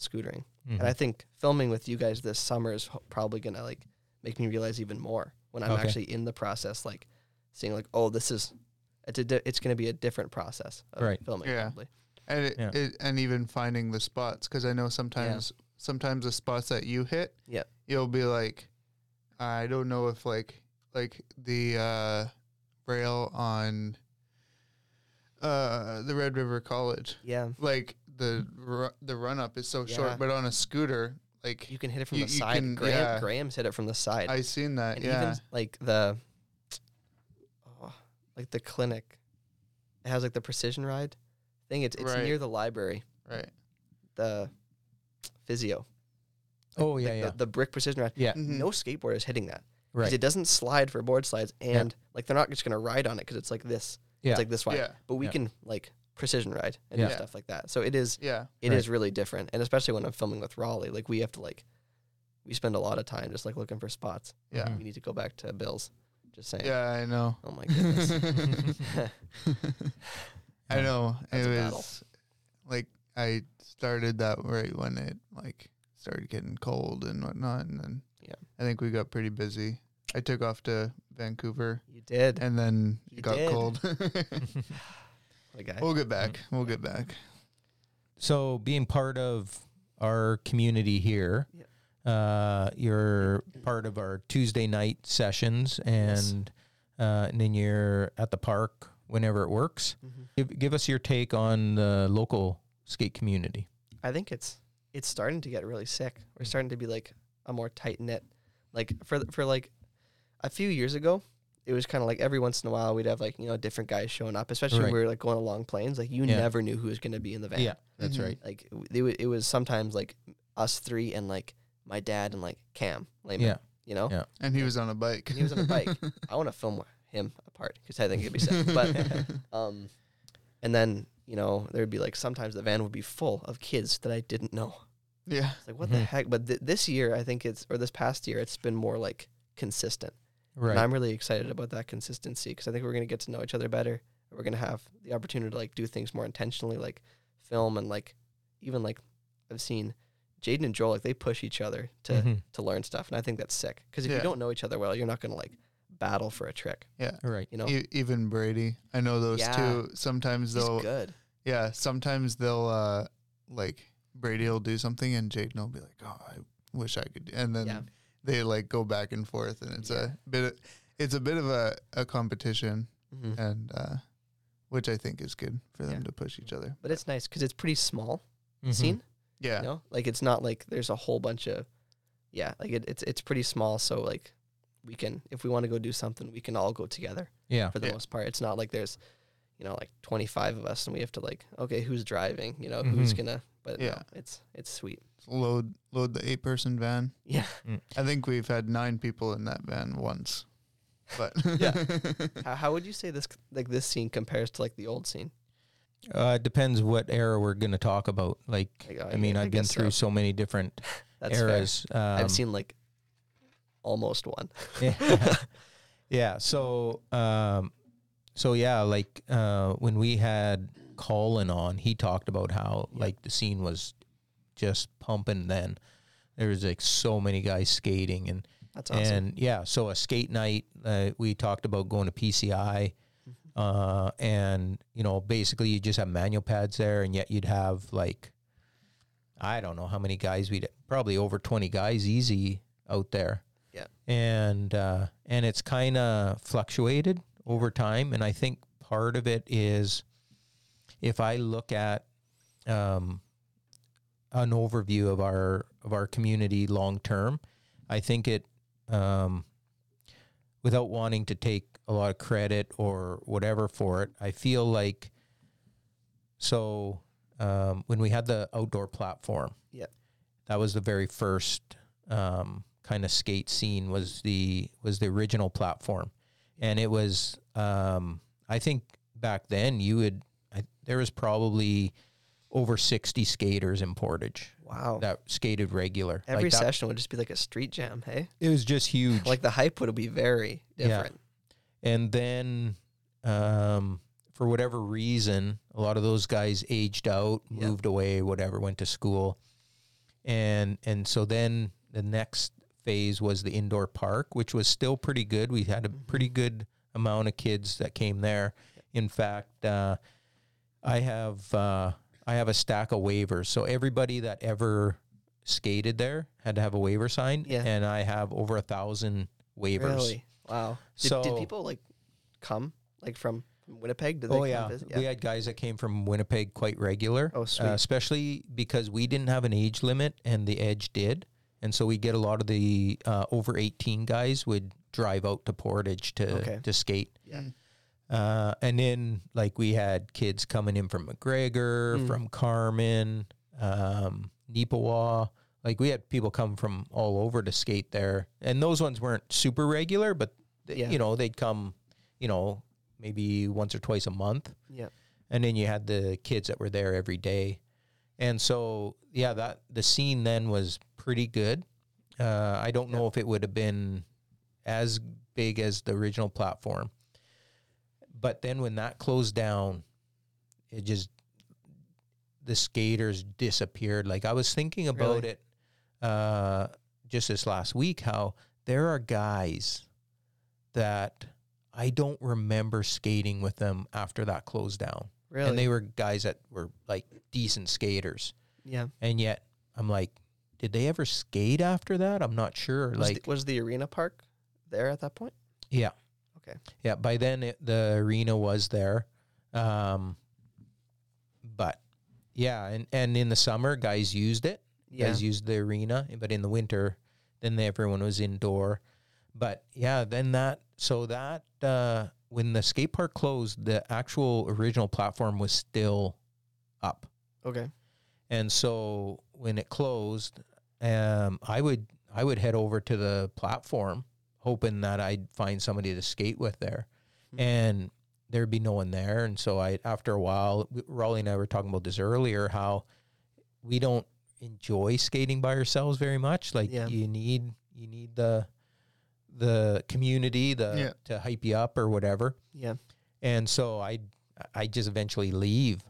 C: scootering
B: Mhm.
C: and i think filming with you guys this summer is ho- probably gonna like make me realize even more when I'm
B: Okay.
C: actually in the process, like seeing like, oh, this is it's a di- it's going to be a different process of
B: Right.
C: filming.
A: Yeah.
C: Probably.
A: [LAUGHS] and it,
B: Yeah.
A: it, and even finding the spots because I know sometimes sometimes the spots that you hit,
C: Yeah.
A: you'll be like, I don't know if like like the uh, rail on uh, the Red River College,
C: Yeah,
A: like the ru- the run up is so
C: Yeah.
A: short, but on a scooter, like
C: you can hit it from
A: You-
C: the
A: you
C: side.
A: can-
C: Graham,
A: yeah.
C: Graham's hit it from the side,
A: I seen that,
C: and
A: yeah,
C: even like the oh, like the clinic, it has like the precision ride thing. It's it's
A: Right.
C: near the library,
A: right,
C: the physio.
B: Oh yeah,
C: like
B: yeah,
C: The, the brick precision ride.
B: yeah.
A: Mhm.
C: No skateboard is hitting that. because
B: Mm-hmm. Right.
C: it doesn't slide for board slides and like they're not just going to ride on it because it's like this
B: Yeah.
C: it's like this wide
A: yeah,
C: but we
B: Yeah.
C: can like precision ride and
A: Yeah.
C: do stuff like that so it is
A: yeah,
C: it is
B: Right.
C: really different and especially when i'm filming with raleigh like we have to like we spend a lot of time just like looking for spots
A: yeah,
B: Mhm.
C: we need to go back to bill's just saying
A: yeah, I know.
C: [LAUGHS] oh my goodness
A: [LAUGHS] I know
C: That's
A: it
C: a
A: was
C: battle.
A: like I started that right when it like started getting cold and whatnot, and then
C: Yeah.
A: I think we got pretty busy. I took off to Vancouver,
C: you did
A: and then
C: You
A: it got
C: did. [LAUGHS]
A: cold.
C: What a guy.
A: we'll get back. We'll get back.
B: so being part of our community here uh, you're part of our tuesday night sessions
C: Yes.
B: and, uh, and then you're at the park whenever it works
C: Mhm.
B: give, give us your take on the local skate community
C: I think it's it's starting to get really sick. We're
B: Mm.
C: starting to be like a more tight knit. Like for for like a few years ago, it was kind of like every once in a while we'd have like you know different guys showing up, especially when
B: Right.
C: we were like going along planes. Like you
B: Yeah.
C: never knew who was going to be in the van. Mm-hmm.
B: Yeah. that's
A: Mhm.
B: right
C: Like w- it, wa- it was sometimes like us three and like my dad and like Cam. Lehman,
B: Yeah.
C: You know,
B: Yeah.
A: And he was on a bike.
C: he was on a bike. I want to film him apart because I think it'd
B: [LAUGHS]
C: be sick. But um, and then you know there'd be like sometimes the van would be full of kids that I didn't know.
A: [LAUGHS] yeah,
C: It's like what the
B: Mhm.
C: heck? But th- this year, I think it's or this past year, it's been more like consistent, and
B: right
C: I'm really excited about that consistency because I think we're gonna get to know each other better. We're gonna have the opportunity to like do things more intentionally, like film and like even like I've seen Jaden and Joel like they push each other to
B: Mhm.
C: to learn stuff, and I think that's sick because if
A: Yeah.
C: you don't know each other well, you're not gonna like battle for a trick,
B: right
C: you know?
A: E- even Brady. I know those
C: Yeah.
A: two. Sometimes
C: He's
A: they'll
C: good.
A: Yeah, sometimes they'll uh like Brady will do something and Jaden will be like, "Oh, I wish I could," and then
C: Yeah.
A: they like go back and forth, and it's
C: Yeah.
A: a bit, of, it's a bit of a, a competition,
C: Mhm.
A: and uh, which I think is good for them
C: Yeah.
A: to push each other.
C: But it's nice because it's pretty small
B: Mhm.
C: scene.
A: Yeah,
C: You know, like it's not like there's a whole bunch of, yeah, like it, it's it's pretty small. So like, we can if we want to go do something, we can all go together
B: yeah
C: for the
A: Yeah.
C: most part. It's not like there's, you know, like 25 of us and we have to like, okay, who's driving? You know, who's
B: Mhm.
C: gonna? But yeah,
A: Yeah.
C: it's it's sweet.
A: load load the eight person van.
C: Yeah,
A: I think we've had nine people in that van once, but
C: Yeah. how, how would you say this like this scene compares to like the old scene?
B: uh, it depends what era we're going to talk about like
C: Like,
B: i mean
C: I
B: i've been
C: guess
B: through so, many different
C: That's fair.
B: eras um,
C: I've seen like almost one.
B: yeah. [LAUGHS] yeah. So, um, so yeah, like uh, when we had Colin on, he talked about how like the scene was just pumping. Then there was like so many guys skating and
C: That's awesome.
B: and yeah, so a skate night. Uh, we talked about going to PCI,
C: Mm-hmm.
B: uh, and you know, basically you just have manual pads there, and yet you'd have like, I don't know how many guys we'd probably over twenty guys easy out there.
C: Yeah.
B: and uh, and it's kind of fluctuated over time, and I think part of it is if I look at um, an overview of our of our community long term, I think it um, without wanting to take a lot of credit or whatever for it, I feel like so um, when we had the outdoor platform,
C: Yeah.
B: that was the very first um, kind of skate scene was the was the original platform, and it was um, I think back then you would I, there was probably over sixty skaters in Portage
C: wow.
B: that skated regular
C: Oh. Every
B: like that,
C: session would just be like a street jam, hey?
B: It was just huge.
C: Like the hype would be very
B: Yeah.
C: different.
B: and then um, for whatever reason, a lot of those guys aged out,
C: Yeah.
B: moved away, whatever, went to school, and and so then the next phase was the indoor park, which was still pretty good. We had a
C: Mm-hmm.
B: pretty good amount of kids that came there. In fact, uh, I have uh, I have a stack of waivers. So everybody that ever skated there had to have a waiver signed,
C: Yeah.
B: and I have over a thousand waivers.
C: Really? Wow. Did, did
B: So-
C: people like come like from from Winnipeg? Did they
B: Oh
C: come
B: yeah.
C: visit?
B: we had guys that came from Winnipeg quite regular. uh,
C: Oh, sweet.
B: especially because we didn't have an age limit, and the Edge did, and so we get a lot of the uh, over eighteen guys would drive out to Portage to
C: Okay.
B: to skate.
C: Yeah.
B: Uh, and then like we had kids coming in from McGregor,
C: Mm.
B: from Carmen, um, Neepawa. Like we had people come from all over to skate there, and those ones weren't super regular, but th-
C: Yeah.
B: you know they'd come, you know, maybe once or twice a month.
C: Yep.
B: And then you had the kids that were there every day, and so yeah, that the scene then was pretty good. Uh, I don't know if it would have been as big as the original platform, but then when that closed down, it just the skaters disappeared. Like I was thinking about
C: Really?
B: it uh, just this last week, how there are guys that I don't remember skating with them after that closed down,
C: Really?
B: and they were guys that were like decent skaters,
C: yeah.
B: and yet I'm like, did they ever skate after that? I'm not sure.
C: Was,
B: like,
C: the, was the arena park there at that point?
B: yeah.
C: Okay.
B: Yeah. By then, it, the arena was there. Um, but yeah. And, and in the summer, guys used it.
C: Yeah.
B: Guys used the arena. But in the winter, then they- everyone was indoor. But yeah, then that, so that, uh, when the skate park closed, the actual original platform was still up.
C: Okay.
B: And so when it closed, um, I would I would head over to the platform, hoping that I'd find somebody to skate with there,
C: Hmm.
B: and there'd be no one there. And so I, after a while, we- Raleigh and I were talking about this earlier, how we don't enjoy skating by ourselves very much. Like
C: Yeah.
B: you need you need the the community the
A: Yeah.
B: to hype you up or whatever.
C: Yeah.
B: And so I I just eventually leave.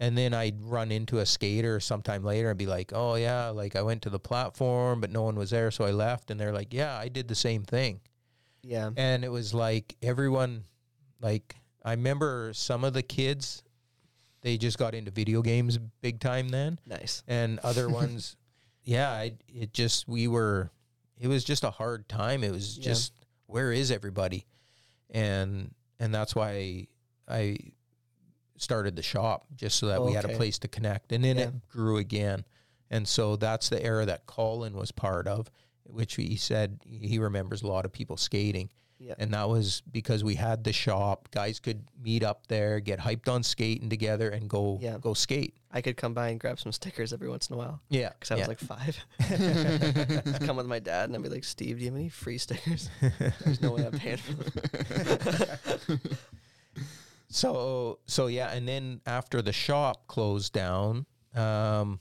B: And then I'd run into a skater sometime later and be like, "Oh yeah, like I went to the platform, but no one was there, so I left." And they're like, "Yeah, I did the same thing."
C: Yeah.
B: And it was like everyone like I remember some of the kids they just got into video games big time then,
C: Nice.
B: and
C: [LAUGHS]
B: other ones yeah, I, it just we were it was just a hard time. It was
C: Yeah.
B: just where is everybody? And and that's why I started the shop just so that we had a
C: Okay.
B: place to connect. And then
C: Yeah.
B: it grew again. And so that's the era that Colin was part of, which he said he remembers a lot of people skating.
C: Yeah.
B: And that was because we had the shop. Guys could meet up there, get hyped on skating together and go
C: Yeah.
B: go skate.
C: I could come by and grab some stickers every once in a while
B: Yeah.
C: because I
B: yeah.
C: was like five.
B: [LAUGHS]
C: I'd come with my dad and I'd be like, Steve, do you have any free stickers? [LAUGHS]
B: [LAUGHS]
C: There's no way I'm paying for them.
B: So so yeah, and then after the shop closed down, um,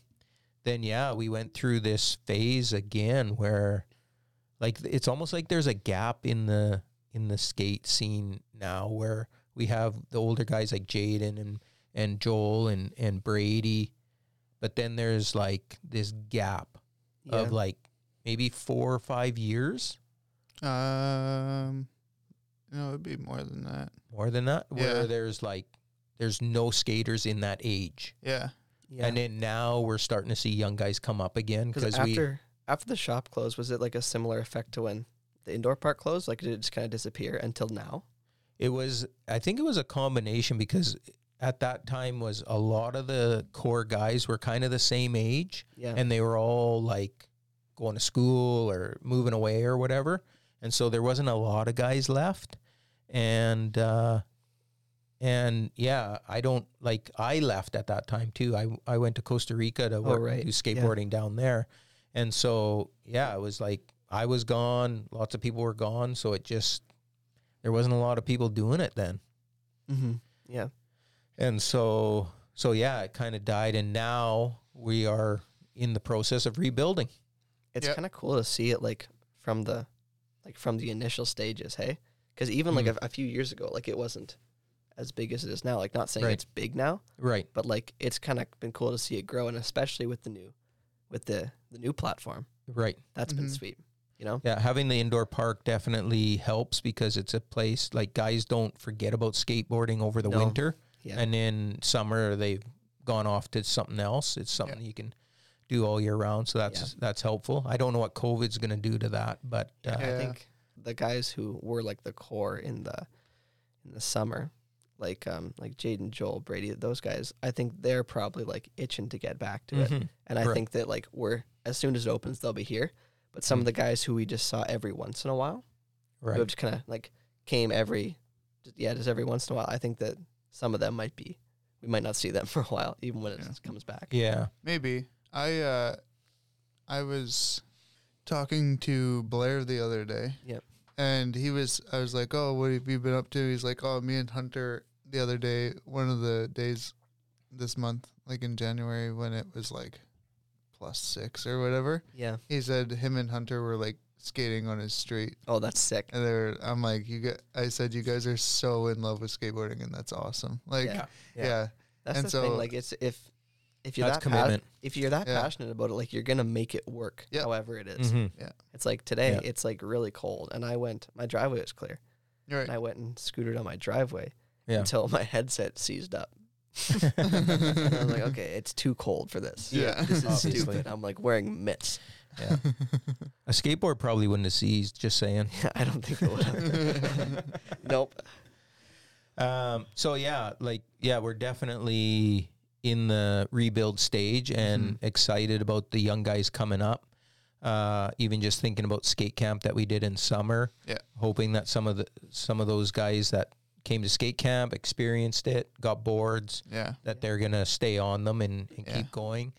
B: then yeah, we went through this phase again where, like, it's almost like there's a gap in the in the skate scene now where we have the older guys like Jaden and and Joel and and Brady, but then there's like this gap [LAUGHS]
C: yeah.
B: of like maybe four or five years
A: [LAUGHS] um, no, it'd be more than that.
B: more than that where
A: Yeah.
B: there's like there's no skaters in that age.
A: Yeah,
C: yeah.
B: And then now we're starting to see young guys come up again
C: Because
B: because we
C: after after the shop closed, was it like a similar effect to when the indoor park closed? Like did it just kind of disappear until now?
B: it was I think it was a combination because at that time was a lot of the core guys were kind of the same age
C: Yeah.
B: and they were all like going to school or moving away or whatever. And so there wasn't a lot of guys left. And uh and yeah, I don't like I left at that time too. I I went to Costa Rica to work
C: Oh, right.
B: do
C: Yeah.
B: skateboarding down there. And so yeah, it was like I was gone, lots of people were gone, so it just there wasn't a lot of people doing it then.
C: mm-hmm. Yeah.
B: And so so yeah, it kind of died and now we are in the process of rebuilding.
C: It's
A: Yep.
C: kind of cool to see it like from the like from the initial stages, hey? Because even
A: Mm-hmm.
C: like a, a few years ago, like it wasn't as big as it is now. Like not saying
B: Right.
C: it's big now,
B: Right.
C: but like it's kind of been cool to see it grow, and especially with the new, with the the new platform,
B: Right.
C: that's been
A: Mhm.
C: sweet. you know?
B: Yeah, having the indoor park definitely helps because it's a place like guys don't forget about skateboarding over the
C: No.
B: winter.
C: Yeah.
B: And in summer they've gone off to something else. It's something you can do all year round. So that's that's helpful. I don't know what COVID's gonna do to that, but
A: Yeah.
B: uh,
C: I think the guys who were like the core in the in the summer, like um like Jaden Joel Brady, those guys, I think they're probably like itching to get back to it.
B: mhm.
C: And I
B: Correct.
C: think that like we're as soon as it opens, they'll be here. But some of the guys who we just saw every once in a while, who have
B: Mm-hmm. right.
C: just kind of like came every, just- yeah, just every once in a while. I think that some of them might be, we might not see them [LAUGHS] for a while, even when it
A: Yeah.
C: comes back.
B: Yeah.
A: Maybe I uh, I was talking to Blair the other day.
C: Yep.
A: And he was, I was like, "Oh, what have you been up to?" He's like, "Oh, me and Hunter the other day, one of the days this month, like in January when it was like plus six or whatever."
C: Yeah.
A: He said him and Hunter were like skating on his street,
C: Oh, that's sick.
A: and they were, I'm like, "You got," I said, "You guys are so in love with skateboarding, and that's awesome." Like,
C: Yeah.
B: Yeah.
A: yeah.
C: That's
A: And
C: the
A: so-
C: thing. Like it's if if you're
B: That's
C: that pas-
B: commitment.
C: if you're that
A: Yeah.
C: passionate about it, like you're gonna make it work.
A: Yeah.
C: However it is.
B: Mhm.
C: It's like today,
B: Yeah.
C: it's like really cold, and I went. My driveway was clear,
A: You're right.
C: [LAUGHS] and I went and scooted on my driveway
B: Yeah.
C: until [LAUGHS] my headset seized up. And I'm like, okay, it's too cold for this.
A: Yeah.
C: This is
B: Obviously.
C: stupid. I'm like wearing mitts. [LAUGHS]
B: Yeah. a skateboard probably wouldn't have seized, just saying.
C: I don't think it would. have.
A: [LAUGHS]
C: nope.
A: Uh,
B: Um, so yeah, like yeah, we're definitely in the rebuild stage and
A: Mm-hmm.
B: excited about the young guys coming up. Uh, even just thinking about skate camp that we did in summer.
A: Yeah.
B: Hoping that some of the some of those guys that came to skate camp experienced it, got boards,
A: [LAUGHS] yeah.
B: that they're gonna stay on them and, and
A: Yeah.
B: keep going.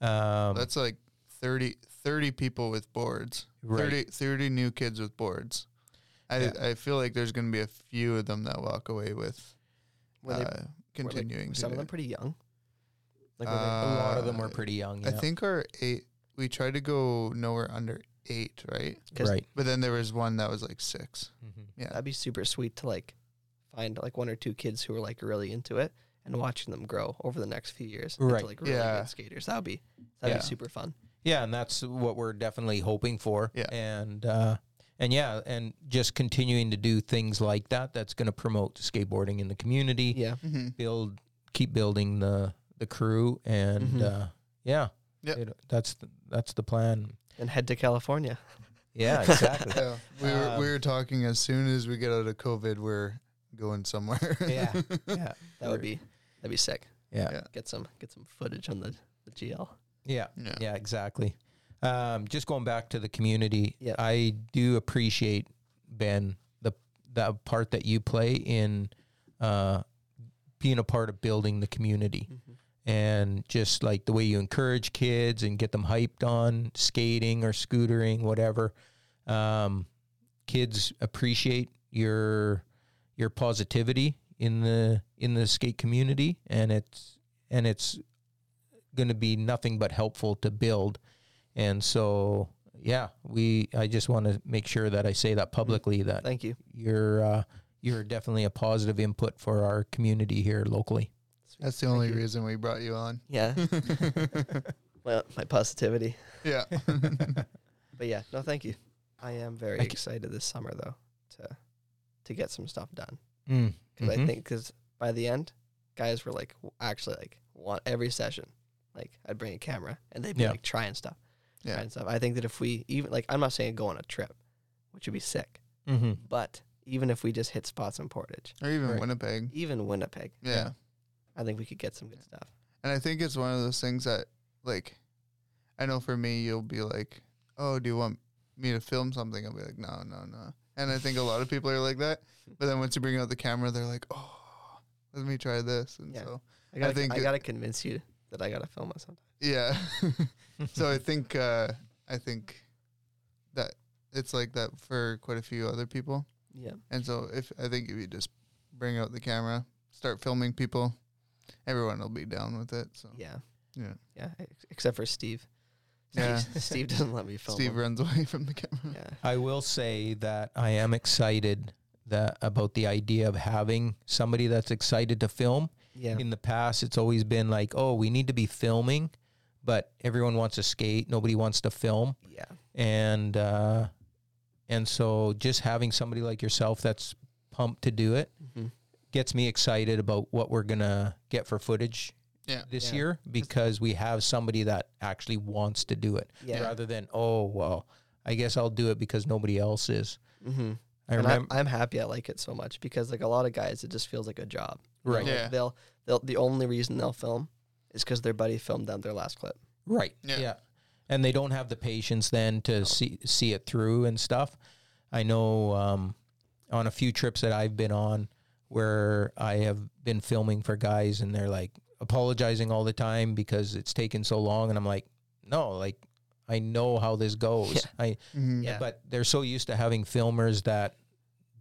B: Um,
A: That's like 30, 30 people with boards.
B: Right.
A: 30, 30 new kids with boards. I,
B: Yeah.
A: I feel like there's going to be a few of them that walk away with
C: Were they-
A: uh,
C: Were, like,
A: continuing.
C: Some
A: to
C: of them
A: do
C: pretty young.
B: like, I think a lot of them
A: uh,
B: were pretty young.
A: it. I
B: yeah.
A: think our eight, we tried to go nowhere under eight, right?
C: 'cause
B: right.
A: But then there was one that was like six.
B: Mhm.
A: Yeah.
C: That'd be super sweet to like find like one or two kids who are like really into it and watching them grow over the next few years
B: Right.
C: into like really
A: Yeah.
C: good skaters. That'd be that'd
A: Yeah.
C: be super fun.
B: Yeah, and that's what we're definitely hoping for.
A: Yeah.
B: And uh, and yeah, and just continuing to do things like that that's going to promote skateboarding in the community,
A: [LAUGHS]
C: Yeah.
A: hmm
B: build keep building the the crew and
C: Mhm.
B: uh, yeah.
A: Yep.
B: It- that's the, that's the plan.
C: And head to California.
B: Yeah, exactly.
A: Yeah. We were,
B: Um,
A: we were talking as soon as we get out of COVID, we're going somewhere.
B: yeah. Yeah.
C: That would be that'd be sick.
B: Yeah.
A: Yeah.
C: Get some get some footage on the, the GL.
B: Yeah.
A: [LAUGHS] yeah.
B: Yeah, exactly. Um, just going back to the community,
C: Yeah.
B: I do appreciate Ben the the part that you play in uh, being a part of building the community
A: Mm-hmm.
B: and just like the way you encourage kids and get them hyped on skating or scootering, whatever. Um, kids appreciate your your positivity in the in the skate community, and it's and it's going to be nothing but helpful to build. And so, yeah, we. I just want to make sure that I say that publicly that
C: Thank you.
B: you're uh, you're definitely a positive input for our community here locally.
A: That's the only reason we brought you
B: [LAUGHS]
A: on. [LAUGHS]
C: Yeah. well, my positivity.
B: [LAUGHS]
A: Yeah. [LAUGHS]
C: But yeah, no thank you. I am very
B: Thank you.
C: excited this summer though to to get some stuff done.
B: Mm.
C: because
B: Mhm.
C: I think because by the end, guys were like w- actually like want every session. Like I'd bring a camera and they'd be
B: Yeah.
C: like trying stuff,
A: Yeah.
C: trying stuff. I think that if we even like I'm not saying go on a trip, which would be sick,
B: Mhm.
C: but even if we just hit spots in Portage,
A: or even
B: Right.
A: Winnipeg.
C: even Winnipeg,
A: yeah.
C: I think we could get some good stuff.
A: And I think it's one of those things that, like, I know for me, you'll be like, "Oh, do you want me to film something?" I'll be like, "No, no, no." And I think a lot of people are like that. But then once you bring out the camera, they're like, "Oh, let me try this." And
C: Yeah.
A: so,
C: I gotta, I,
A: think it-
C: gotta convince you that I gotta film it sometime.
A: yeah. [LAUGHS] so I think uh, I think that it's like that for quite a few other people.
C: Yeah,
A: And so if I think if you just bring out the camera, start filming people, everyone will be down with it. So
C: yeah,
A: yeah.
C: yeah. ex- Except for Steve.
A: Yeah.
C: Steve- [LAUGHS] Steve doesn't let me film.
A: Steve
C: him.
A: runs [LAUGHS] away from the camera.
C: Yeah,
B: I will say that I am excited that about the idea of having somebody that's excited to film.
C: yeah.
B: In the past, it's always been like, oh, we need to be filming, but everyone wants to skate, nobody wants to film,
C: yeah.
B: and uh, And so just having somebody like yourself that's pumped to do it
C: Mhm.
B: gets me excited about what we're going to get for footage
A: Yeah.
B: this
C: Yeah.
B: year because we have somebody that actually wants to do it
C: Yeah.
B: rather than, oh, well, I guess I'll do it because nobody else is.
C: Mm-hmm.
B: I
C: and
B: remember.
C: I'm, I'm happy I like it so much because like a lot of guys, it just feels like a job. You know,
B: Right.
C: like,
A: Yeah.
C: They'll they'll the only reason they'll film is because their buddy filmed them their last clip.
B: Right.
A: Yeah.
B: Yeah. And they don't have the patience then to see see it through and stuff. I know um, on a few trips that I've been on where I have been filming for guys and they're like apologizing all the time because it's taken so long and I'm like, no, like I know how this goes.
C: Yeah.
B: I
A: Mhm.
C: Yeah.
B: but they're so used to having filmers that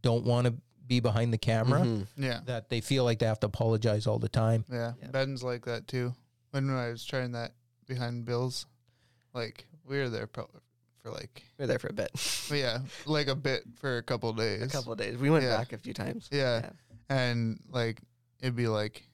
B: don't want to be behind the camera
C: Mhm.
A: Yeah.
B: that they feel like they have to apologize all the time.
A: Yeah.
C: Yeah.
A: Ben's like that too. When I was trying that behind Bill's, like we were there pro- for like
C: We were there for a bit,
A: but yeah, like a bit for a couple days.
C: [LAUGHS] a couple of days. We went
A: Yeah.
C: back a few times.
A: Yeah.
C: Yeah.
A: And like it'd be like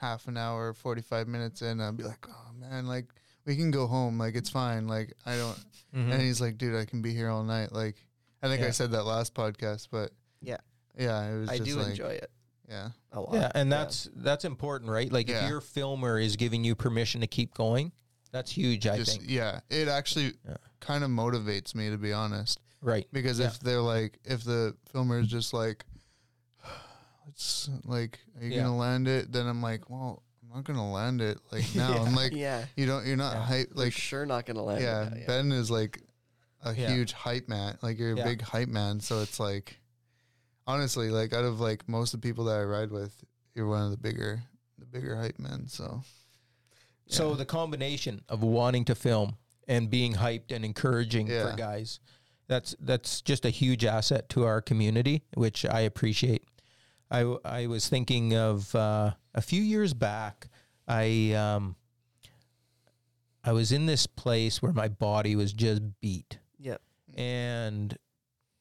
A: half an hour, forty five minutes in, I'd be like, Oh man, like we can go home, like it's fine. Like I
C: [LAUGHS]
A: don't and he's like, dude, I can be here all night. Like I think I
B: Yeah.
A: said that last podcast, but
C: Yeah.
A: Yeah, it was
C: I
A: just
C: do
A: like,
C: enjoy it
A: Yeah.
C: a lot.
B: Yeah, and that's that's important, right? Like
A: Yeah.
B: if your filmer is giving you permission to keep going, that's huge. I
A: just
B: think
A: yeah. It actually
B: Yeah.
A: kind of motivates me to be honest.
B: right.
A: Because
B: Yeah.
A: if they're like, if the filmer is just like, [SIGHS] it's like, are you
B: Yeah.
A: gonna land it? Then I'm like, well, I'm not gonna land it like now. I'm like,
C: yeah.
A: you don't, you're not
B: Yeah.
A: hype.
C: Like
A: Like,
C: sure not gonna land.
A: yeah,
C: it now, yeah.
A: Ben is like a
B: Yeah.
A: huge hype man. Like you're a
B: Yeah.
A: big hype man. So it's like, honestly, like out of like most of the people that I ride with, you're one of the bigger, the bigger hype men. So
B: So the combination of wanting to film and being hyped and encouraging
A: Yeah.
B: for guys, that's that's just a huge asset to our community, which I appreciate. I w- I was thinking of uh, a few years back. I um, I was in this place where my body was just beat.
C: Yep.
B: And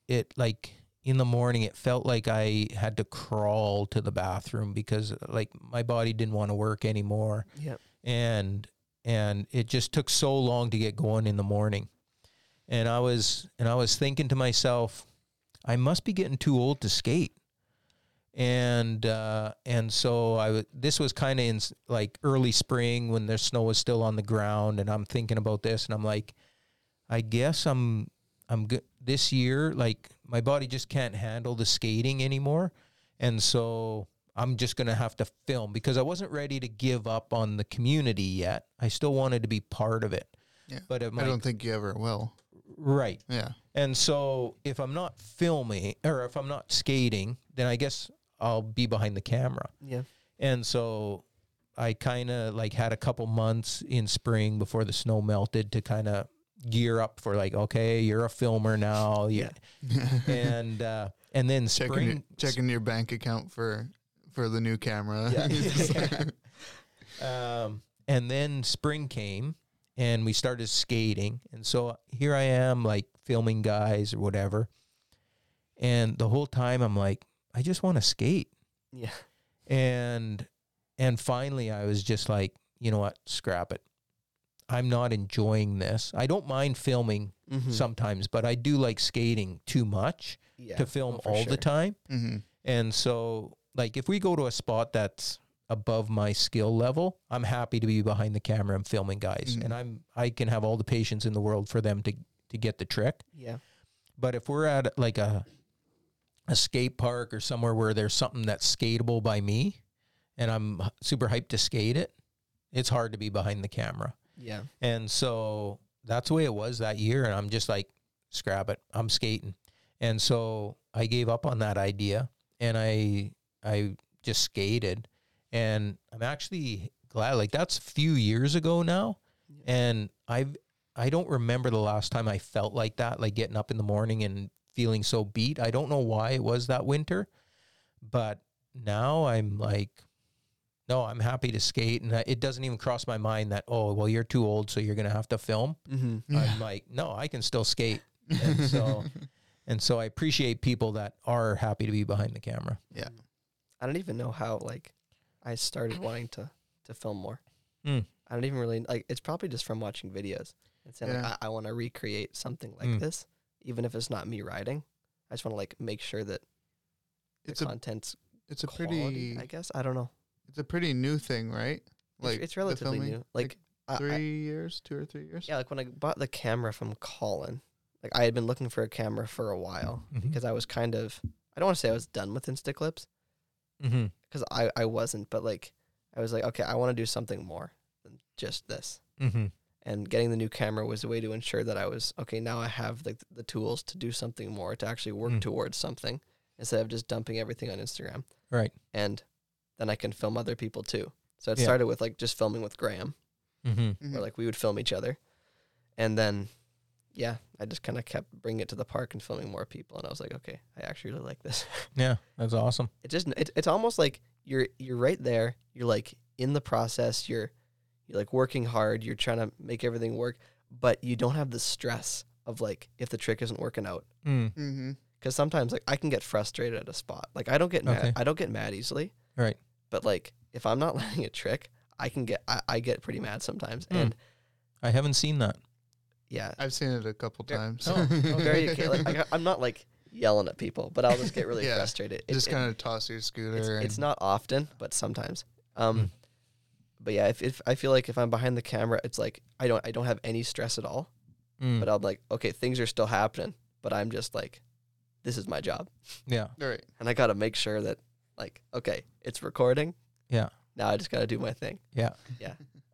B: it like in the morning it felt like I had to crawl to the bathroom because like my body didn't want to work anymore
C: Yep.
B: and and it just took so long to get going in the morning. And I was and I was thinking to myself, I must be getting too old to skate. And uh, and so I w- this was kind of in s- like early spring when the snow was still on the ground, and I'm thinking about this, and I'm like, I guess I'm I'm good this year. Like my body just can't handle the skating anymore, and so I'm just gonna have to film because I wasn't ready to give up on the community yet. I still wanted to be part of it.
A: Yeah.
B: But it
A: I
B: might,
A: don't think you ever will.
B: right.
A: Yeah.
B: And so if I'm not filming or if I'm not skating, then I guess I'll be behind the camera.
C: Yeah.
B: And so I kind of like had a couple months in spring before the snow melted to kind of gear up for like, okay, you're a filmer
A: [LAUGHS]
B: now. Yeah. and, uh, and then
A: checking your,
B: spring,
A: checking your bank account for for the new camera. [LAUGHS]
B: Yeah.
A: Just like-
B: Um, and then spring came and we started skating. And so here I am, like filming guys or whatever. And the whole time I'm like, I just want to skate.
C: Yeah.
B: And and finally I was just like, you know what? Scrap it. I'm not enjoying this. I don't mind filming
C: Mhm.
B: sometimes, but I do like skating too much
C: yeah.
B: to film
C: Oh, for
B: all
C: sure.
B: the time.
A: Mhm.
B: And so, like, if we go to a spot that's above my skill level, I'm happy to be behind the camera and filming
C: Mm-hmm.
B: guys,
A: Mhm.
B: and I'm I can have all the patience in the world for them to to get the trick.
C: Yeah.
B: But if we're at like a a skate park or somewhere where there's something that's skatable by me, and I'm h- super hyped to skate it, it's hard to be behind the camera.
C: Yeah.
B: And so that's the way it was that year. And I'm just like, scrap it. I'm skating. And so I gave up on that idea and I I just skated. And I'm actually glad like that's a few years ago now.
C: Yeah.
B: And I've I don't remember the last time I felt like that, like getting up in the morning and feeling so beat. I don't know why it was that winter, but now I'm like no, I'm happy to skate, and I, it doesn't even cross my mind that oh, well, you're too old, so you're gonna have to film.
C: Mm-hmm.
B: I'm like, no, I can still skate, and so, and so I appreciate people that are happy to be behind the camera.
C: I don't even know how like I started wanting to to film more.
B: Mm.
C: I don't even really like. It's probably just from watching videos and saying
A: Yeah.
C: like I, I want to recreate something like
B: Mm.
C: this, even if it's not me riding. I just want to like make sure that the
A: It's a
C: content's
A: it's a
C: quality.
A: pretty
C: I guess I don't know.
A: it's a pretty new thing, right?
C: Like it's,
A: the
C: relatively
A: filming,
C: new. Like, I-
A: three
C: I,
A: years, two or three years.
C: yeah, like when I bought the camera from Colin, like I had been looking for a camera for a while because I was kind of I don't want to say I was done with Insta clips.
B: mm-hmm.
C: because I, I wasn't, but like I was like, okay, I want to do something more than just this.
B: Mm-hmm.
C: And getting the new camera was a way to ensure that I was okay. Now I have like the tools to do something more to actually work
B: Mm.
C: towards something instead of just dumping everything on Instagram.
B: Right.
C: And then I can film other people too. So it
B: Yeah.
C: started with like just filming with Graham,
B: Mm-hmm.
A: Mhm.
C: where like we would film each other, and then yeah, I just kind of kept bringing it to the park and filming more people. And I was like, okay, I actually really like this.
B: Yeah, that's awesome.
C: it just it, it's almost like you're you're right there you're like in the process you're you're like working hard you're trying to make everything work but you don't have the stress of like if the trick isn't working out
B: Mm.
A: Mm-hmm.
C: because sometimes like i can get frustrated at a spot like i don't get mad
B: Okay.
C: i don't get mad easily
B: Right.
C: but like if i'm not [LAUGHS] landing a trick i can get i, I get pretty mad sometimes
B: Hmm.
C: and
B: I haven't seen that.
C: yeah
A: I've seen it a couple
C: Ver-
A: times.
B: oh, oh,
C: [LAUGHS]
A: [LAUGHS]
C: very okay like, I, i'm not like yelling at people but i'll just get [LAUGHS] really
A: Yeah,
C: frustrated It-
A: just
C: it-
A: kind of toss your scooter.
C: It's,
A: and
C: it's not often, but sometimes. Um,
B: Hmm.
C: But yeah, if, if I feel like if I'm behind the camera, it's like I don't I don't have any stress at all.
B: Mm.
C: But I'm like, okay, things are still happening, but I'm just like, this is my job,
B: yeah.
A: All right.
C: and I got to make sure that like, okay, it's recording.
B: Yeah.
C: Now I just got to do my thing,
B: Yeah.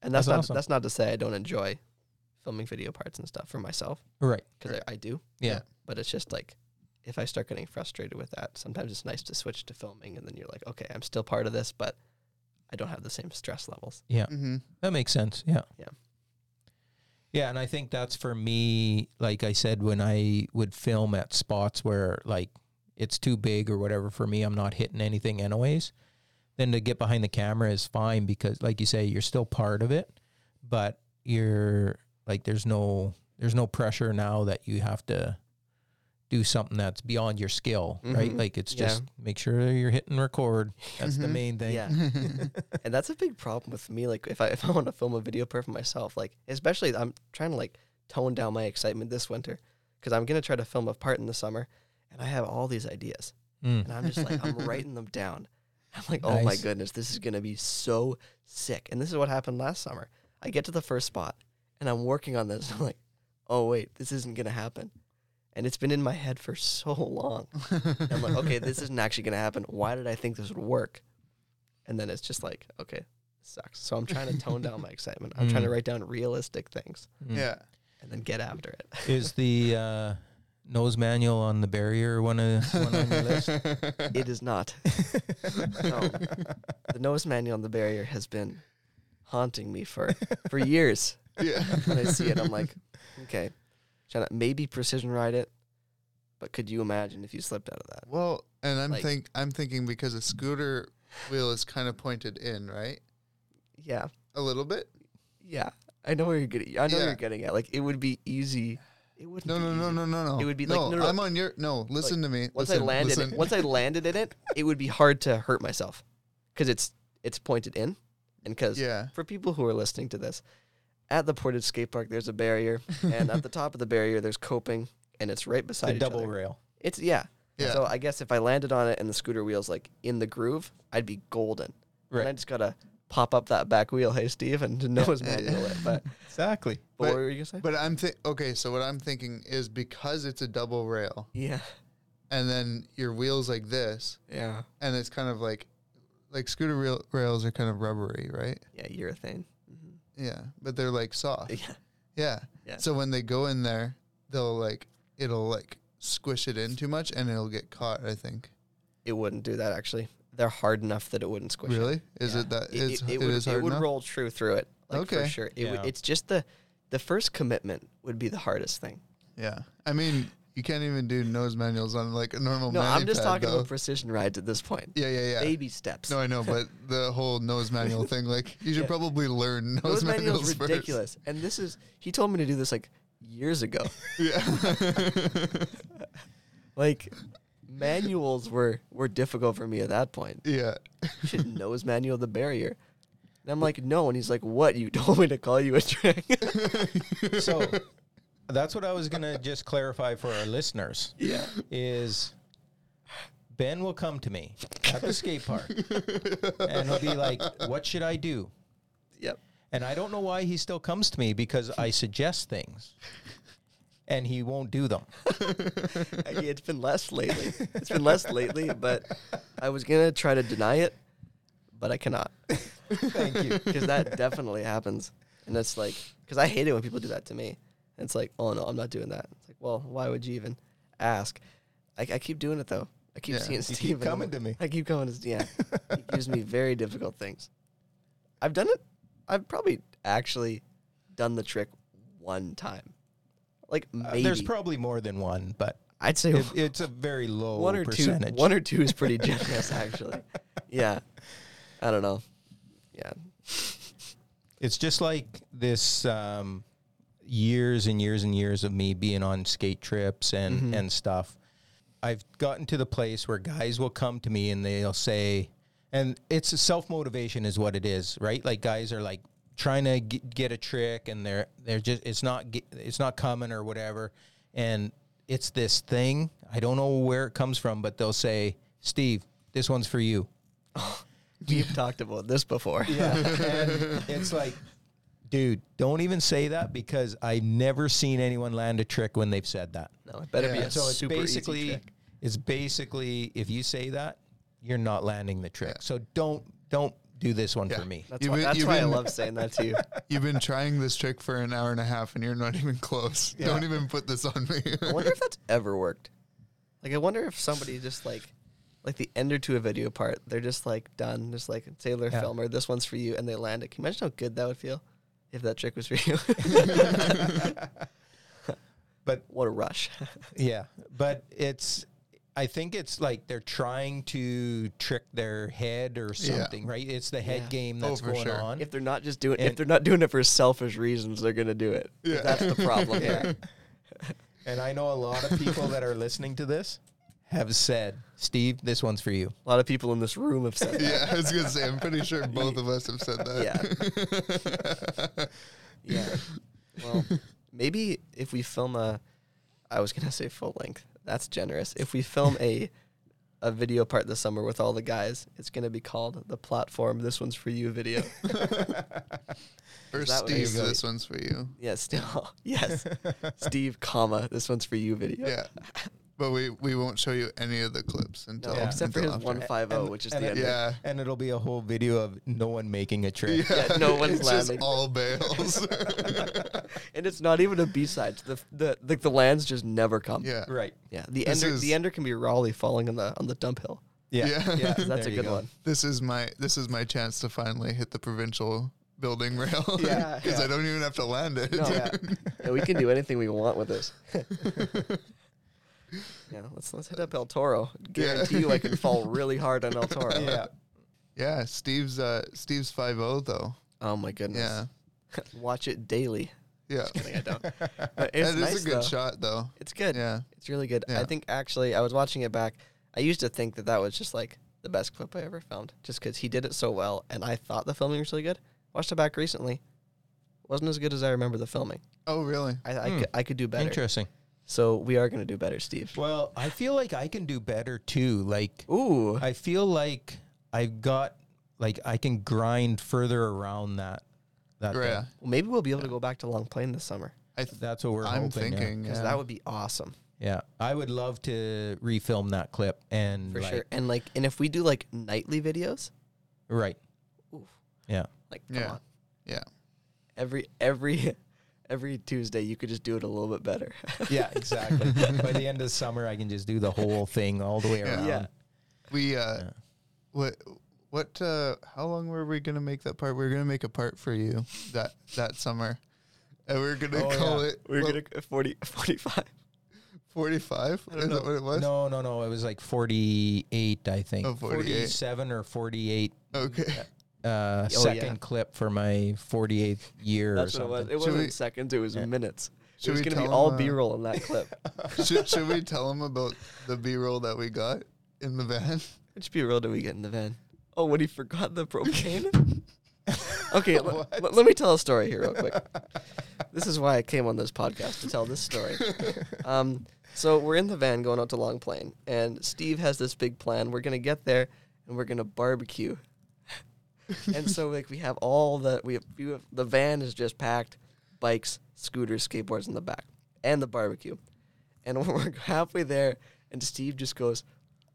C: and that's,
B: That's
C: not
B: awesome.
C: that's not to say I don't enjoy filming video parts and stuff for myself
B: Right.
C: because I, I do.
B: Yeah.
C: But it's just like if I start getting frustrated with that, sometimes it's nice to switch to filming and then you're like, okay, I'm still part of this, but I don't have the same stress levels. [LAUGHS]
A: Mm-hmm.
B: That makes sense. Yeah.
C: Yeah.
B: Yeah, and I think that's for me, like I said, when I would film at spots where like it's too big or whatever for me, I'm not hitting anything anyways. Then to get behind the camera is fine because like you say, you're still part of it, but you're like there's no there's no pressure now that you have to do something that's beyond your skill, right?
C: Mhm.
B: Like it's
C: Yeah. Mm-hmm.
B: just make sure you're hitting record. That's the
A: Mhm.
B: main thing.
C: Yeah. and that's a big problem with me. Like if I if I want to film a video part for myself, like especially I'm trying to like tone down my excitement this winter because I'm gonna try to film a part in the summer, and I have all these ideas,
B: Mm.
C: and I'm just like I'm writing them down. I'm like, oh my
B: Nice.
C: goodness, this is gonna be so sick. And this is what happened last summer. I get to the first spot, and I'm working on this. [LAUGHS] I'm like, oh wait, this isn't gonna happen, and it's been in my head for so long. And I'm like, okay, this isn't actually going to happen. Why did I think this would work? And then it's just like, okay, this sucks. So I'm trying to
B: [LAUGHS]
C: tone down my excitement. I'm trying to
B: Mm.
C: write down realistic things
B: Mm.
A: Yeah.
C: and then get after it.
B: Is the uh, nose manual on the barrier one, of, one on
A: [LAUGHS]
B: your list?
C: It is not. No. The nose manual on the barrier has been haunting
A: [LAUGHS]
C: me [LAUGHS] for, for years.
A: Yeah.
C: When I see it, I'm like, okay, trying to maybe precision ride it. But could you imagine if you slipped out of that?
A: Well, and I'm
C: Like-
A: think I'm thinking because a scooter wheel is kind of pointed in, right?
C: Yeah.
A: A little bit.
C: Yeah. I know where you're getting. I know where
A: Yeah.
C: you're getting at. Like it would be easy. It wouldn't.
A: No,
C: be
A: no,
C: easy.
A: no, no, no, no.
C: It would be like- no, no, no.
A: I'm on your no. Listen to me.
C: Once
A: listen,
C: I landed,
A: listen.
C: it, once I landed in it, it would be hard to hurt myself because it's it's pointed in, and because
A: yeah.
C: for people who are listening to this, at the Portage Skate Park, there's
A: [LAUGHS]
C: a barrier, and at the top of the barrier, there's coping, and it's right beside
B: the
C: each
B: double
C: other.
B: rail.
C: It's yeah.
A: Yeah.
C: So I guess if I landed on it and the scooter wheels like in the groove, I'd be golden.
B: Right.
C: And I just gotta pop up that back wheel, hey Steve, and nose manual it. But,
B: Exactly.
C: but what
A: But-
C: were you gonna say?
A: But I'm think okay. So what I'm thinking is because it's a double rail,
C: yeah.
A: and then your wheels like this,
C: Yeah.
A: and it's kind of like like scooter rail- rails are kind of rubbery, right?
C: Yeah. Urethane. Mhm.
A: Yeah, but they're like soft.
C: Yeah.
A: Yeah.
C: Yeah.
A: So when they go in there, they'll like it'll like squish it in too much, and it'll get caught. I think.
C: It wouldn't do that actually. They're hard enough that it wouldn't squish. it.
A: Really? Is
B: Yeah.
A: it that?
C: it,
A: It's,
C: it- it
A: it
C: would,
A: is hard
C: it would
A: enough?
C: roll true through it. Like for
A: Okay.
C: sure. It would,
B: Yeah.
C: it's just the the first commitment would be the hardest thing.
A: Yeah. I mean, you can't even do nose manuals on like a normal.
C: No, I'm just
A: manipad,
C: talking
A: though.
C: about precision rides at this point.
A: Yeah, yeah, yeah.
C: Baby steps.
A: No, I know,
C: [LAUGHS]
A: but the whole nose manual thing, like you should probably learn nose,
C: Those manuals
A: manuals, first.
C: ridiculous. And this is he told me to do this like
A: [LAUGHS]
C: years ago. [LAUGHS]
A: Yeah.
C: like manuals were were difficult for me at that point.
A: yeah.
C: You should
A: [LAUGHS]
C: nose manual the barrier. [LAUGHS] And I'm like, no. And he's like, what? You told me to call you a trick.
B: So that's what I was gonna just clarify for our listeners.
C: Yeah.
B: is Ben will come to me at the skate park and he'll be like, What should I do?
C: [LAUGHS] Yep.
B: And I don't know why he still comes to me because I suggest things and he won't do
C: [LAUGHS]
B: them.
C: Uh, [LAUGHS] yeah, it's been less lately. It's been less lately, but I was gonna try to deny it, but I cannot
B: Thank you. [LAUGHS]
C: because that definitely happens, and it's like because I hate it when people do that to me. And it's like, oh no, I'm not doing that. It's like, well, why would you even ask? I, I keep doing it though. I keep
A: Yeah,
C: seeing
A: you
B: keep
C: Steven. I'm
B: coming
C: like-
B: to me.
C: I keep coming to Steven.
B: [LAUGHS]
C: Yeah. he gives me very difficult things. I've done it. I've probably actually done the trick one time. Like
B: Uh,
C: maybe.
B: there's probably more than one, but
C: I'd say
B: it, it's a very low
C: one or
B: percentage.
C: two. One or two
B: [LAUGHS]
C: is pretty generous, actually. Yeah, I don't know. Yeah,
B: It's just like this um, years and years and years of me being on skate trips and, and stuff. I've gotten to the place where guys will come to me and they'll say, and it's self motivation is what it is, right? Like guys are like trying to g- get a trick and they're they're just it's not ge- it's not coming or whatever, and it's this thing I don't know where it comes from, but they'll say, Steve, this one's for you.
C: we've talked about this before.
B: Yeah. and it's like, dude, don't even say that because I've never seen anyone land a trick when they've said that.
C: No, it better be
A: Yeah,
C: a
B: so it's
C: super easy
B: basically
C: trick.
B: it's basically if you say that, you're not landing the trick. So don't don't do this one for
A: Yeah.
B: me.
C: That's
A: You've
C: why,
A: been-
C: that's
A: you've
C: why I
A: been-
C: love saying that to you.
A: You've been trying this trick for an hour and a half, and you're not even close. Don't even put this on me.
C: [LAUGHS] I
A: [LAUGHS]
C: wonder if that's ever worked. Like, I wonder if somebody just like, like the ender to a video part, they're just like done, just like Taylor
B: Yeah.
C: Filmer, this one's for you, and they land it. Can you imagine how good that would feel if that trick was
B: [LAUGHS]
C: for you?
B: But
C: what a rush! [LAUGHS]
B: yeah, but it's I think it's like they're trying to trick their head or
A: Yeah.
B: something, right? It's the head
C: Yeah.
B: game
A: Oh,
B: that's
A: for
B: going
A: sure.
B: on.
C: if they're not just doing, if
B: And-
C: they're not doing it for selfish reasons, they're gonna do it.
A: Yeah.
C: That's the
B: [LAUGHS]
C: problem.
B: Yeah. and I know a lot of people that are listening to this have said, Steve, this one's
A: [LAUGHS]
B: for you.
C: A lot of people in this room have said that.
A: yeah, I was gonna say. I'm pretty
C: [LAUGHS]
A: sure both of us have said that. Yeah.
C: Yeah. Well, maybe if we film a, I was gonna say full length. That's generous. If we film
A: [LAUGHS]
C: a, a video part this summer with all the guys, it's gonna be called the platform. This one's for
A: [LAUGHS]
C: you video.
A: or
C: That would be
A: Steve,
C: good.
A: this one's for you.
C: yes, still [LAUGHS] yes. Steve, comma. This one's for you video.
A: Yeah. But we, we won't show you any of the clips until
C: No, except for
A: until
C: his
A: after.
C: one five zero,
B: And-
C: which is
B: and
C: the
B: it-
C: end. of-
A: Yeah.
B: And it'll be a whole video of no one making a trick.
C: [LAUGHS] Yeah, no
A: [LAUGHS]
C: one's
A: it's
C: landing.
A: Just all
C: [LAUGHS]
A: bails.
C: [LAUGHS] And it's not even a B side. The the like the lands just never come.
A: [LAUGHS] yeah.
B: Right.
C: Yeah. The
A: This
C: ender
A: is-
C: the ender can be Raleigh falling on the on the dump
A: [LAUGHS]
C: hill.
B: Yeah.
A: Yeah.
C: [LAUGHS] That's
B: there
C: a
B: you
C: good
B: go.
C: one.
A: This is my this is my chance to finally hit the provincial building rail. [LAUGHS]
B: Yeah,
A: Because
B: yeah.
A: I don't even have to land it.
C: No.
B: Yeah.
C: Yeah, we can do anything we want
A: [LAUGHS]
C: with this. yeah, let's let's hit up El Toro. Guarantee you, I can fall really
A: [LAUGHS]
C: hard on El Toro.
B: yeah.
A: Yeah, Steve's uh Steve's five oh though.
C: Oh my goodness.
A: Yeah.
C: [LAUGHS] Watch it daily.
A: Yeah. [LAUGHS]
C: Kidding, I don't. But it's
A: that is
C: nice,
A: a good
C: though.
A: shot though.
C: It's good.
A: Yeah.
C: It's really good. I
A: Yeah.
C: think actually, I was watching it back. I used to think that that was just like the best clip I ever filmed, just because he did it so well, and I thought the filming was really good. Watched it back recently. Wasn't as good as I remember the filming.
A: Oh really?
C: I, I,
B: Hmm.
C: could, I could do better.
B: Interesting.
C: So we are gonna do better, Steve.
B: Well, I feel like I can do better too. Like
C: Ooh.
B: I feel like I've got like I can grind further around that. That thing.
A: Yeah.
C: Well, maybe we'll be able to go back to Long Plain this summer
A: I th-
B: That's what we're
A: I'm
B: hoping, yeah.
A: thinking.
C: because
A: yeah.
C: that would be awesome
B: Yeah. I would love to refilm that clip and
C: for
B: like-
C: sure. And like, and if we do like nightly videos,
B: Right.
C: oof, [LAUGHS]
B: Yeah.
C: like come
A: Yeah.
C: on,
A: Yeah.
C: every every [LAUGHS] every Tuesday you could just do it a little bit better. [LAUGHS]
B: Yeah, exactly. By the end of summer I can just do the whole thing all the way
A: Yeah.
B: around.
C: Yeah.
A: We uh
B: Yeah.
A: what what uh how long were we gonna make that part? We were gonna make a part for you that that summer. And we are gonna
B: Oh,
A: call
B: yeah.
A: it
C: We're gonna go [LAUGHS] 40, 45.
A: forty five? Is that what it was?
B: No, no, no. It was like 48, I think.
A: Oh, 48.
B: 47 or 48
A: Okay.
B: uh,
C: Oh, yeah.
B: second clip for my 48th year
C: That's
B: or
C: what
B: something.
C: it was. It
A: Should
C: wasn't
A: we-
C: seconds. It was minutes. It
A: Should
C: was
A: we
C: gonna be
A: tell
C: all
A: 'em, uh,
C: B-roll in that clip.
A: [LAUGHS]
C: [LAUGHS]
A: should, should we tell them about the B roll that we got in the van? [LAUGHS]
C: Which B-roll did we get in the van? Oh, when he forgot the propane. Okay, l- l- let me tell a story here real quick. this is why I came on this podcast to tell this story. Um, so we're in the van going out to Long Plain, and Steve has this big plan. We're gonna get there, and we're gonna barbecue. and so like we have all the we have, we have the van is just packed, bikes, scooters, skateboards in the back, and the barbecue. And [LAUGHS] when we're halfway there, and Steve just goes,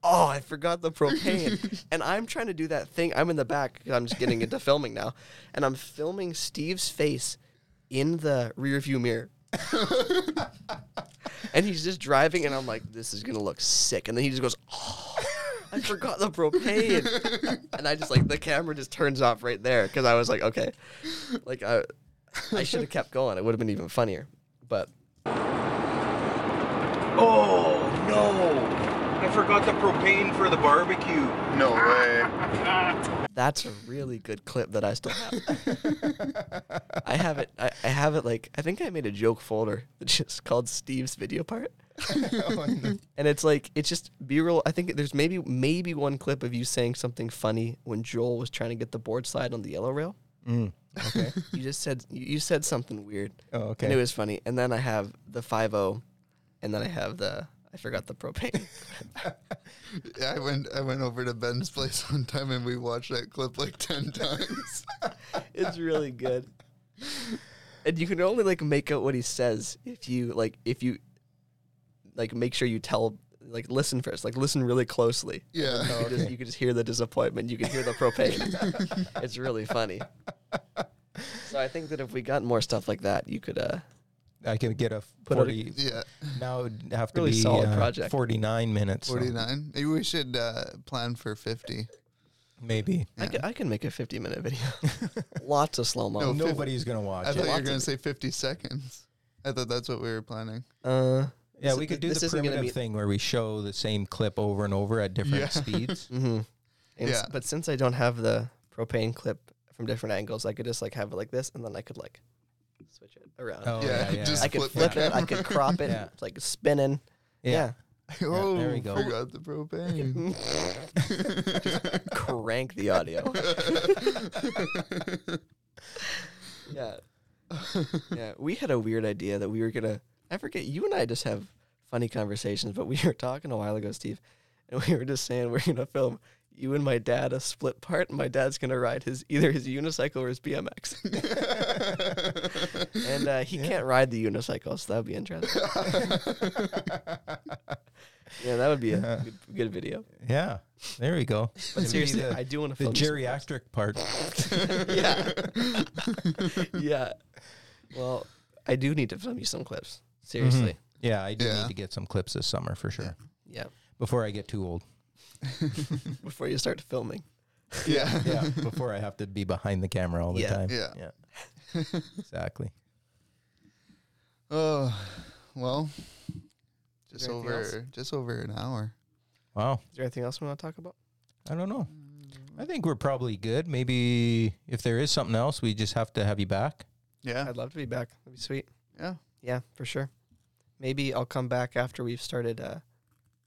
C: "Oh, I forgot the propane," and I'm trying to do that thing. I'm in the back. 'cause I'm just getting into filming now, and I'm filming Steve's face in the rearview mirror. and he's just driving, and I'm like, "This is gonna look sick." And then he just goes, "Oh, I forgot the propane," and I just like the camera just turns off right there because I was like, "Okay, like I, I should have kept going. It would have been even funnier." But
D: Oh no! I forgot the propane for the barbecue.
A: No way.
C: That's a really good clip that I still have. I have it. I, I have it. Like I think I made a joke folder [LAUGHS] that's just called Steve's video part, and it's like it's just B-roll. I think there's maybe maybe one clip of you saying something funny when Joel was trying to get the board slide on the yellow rail.
B: Mm.
C: Okay, [LAUGHS] you just said you, you said something weird,
B: Oh,
C: and it
B: okay.
C: was funny. And then I have the five O, and then I have the I forgot the propane.
A: I went I went over to Ben's place one time and we watched that clip like ten [LAUGHS] times.
C: it's really good. And you can only like make out what he says if you like if you like make sure you tell like listen first, like listen really closely.
A: yeah.
C: You, can just, you can just hear the disappointment. You can hear the propane. it's really funny. So I think that if we got more stuff like that, you could uh
B: I can get a
C: Put it-
B: forty.
A: Yeah.
B: now it would have to
C: Really
B: be
C: solid
B: uh,
C: project.
B: Forty-nine minutes. so
A: Forty nine. Maybe we should uh, plan for fifty.
B: Maybe.
C: I, could, I can make a 50 minute video. Lots of slow mo.
A: No.
B: Nobody's gonna watch
A: Oh, I
B: it.
A: thought you were
C: Lots of
A: gonna
C: it.
A: say fifty seconds. I thought that's what we were planning.
C: Uh
B: Yeah,
C: This-
B: we could do
C: this
B: the
C: isn't gonna
B: primitive
C: be-
B: thing where we show the same clip over and over at different
A: Yeah. [LAUGHS]
B: speeds.
C: Mm-hmm.
A: Yeah.
C: But since I don't have the propane clip from different angles, I could just like have it like this, and then I could like switch it around.
B: Oh,
A: Yeah,
B: yeah, yeah.
A: just-
C: I could
A: flip
C: flip
A: the
C: it. I could crop it.
B: Yeah.
C: It's like spinning. Yeah.
A: oh,
B: there we go.
A: forgot the
C: [LAUGHS]
A: propane. [LAUGHS]
C: Crank the audio. yeah. Yeah. We had a weird idea that we were gonna. I forget. You and I just have funny conversations, but we were talking a while ago, Steve, and we were just saying we're gonna film. You and my dad a split part, and my dad's gonna ride his either his unicycle or his BMX. and uh, he can't ride the unicycle, so that would be interesting. yeah, that would be a good, good video.
B: Yeah, there we go.
C: But seriously,
B: the,
C: I do want to
B: the
C: film this.
B: geriatric part.
C: [LAUGHS] yeah, yeah. Well, I do need to film you some clips. Seriously,
B: Yeah, I do
A: Yeah.
B: need to get some clips this summer for sure
C: yeah.
B: before I get too old.
C: Before you start filming,
A: yeah.
B: Yeah, [LAUGHS] before I have to be behind the camera all the
C: Yeah.
B: time.
A: Yeah.
B: yeah, exactly.
A: Oh, well, just
C: there anything
A: over
C: else?
A: just over an hour.
B: Wow.
C: is there anything else we want to talk about?
B: I don't know. I think we're probably good. Maybe if there is something else, we just have to have you back.
A: Yeah.
C: I'd love to be back. That'd be sweet.
A: Yeah.
C: Yeah, for sure. Maybe I'll come back after we've started uh,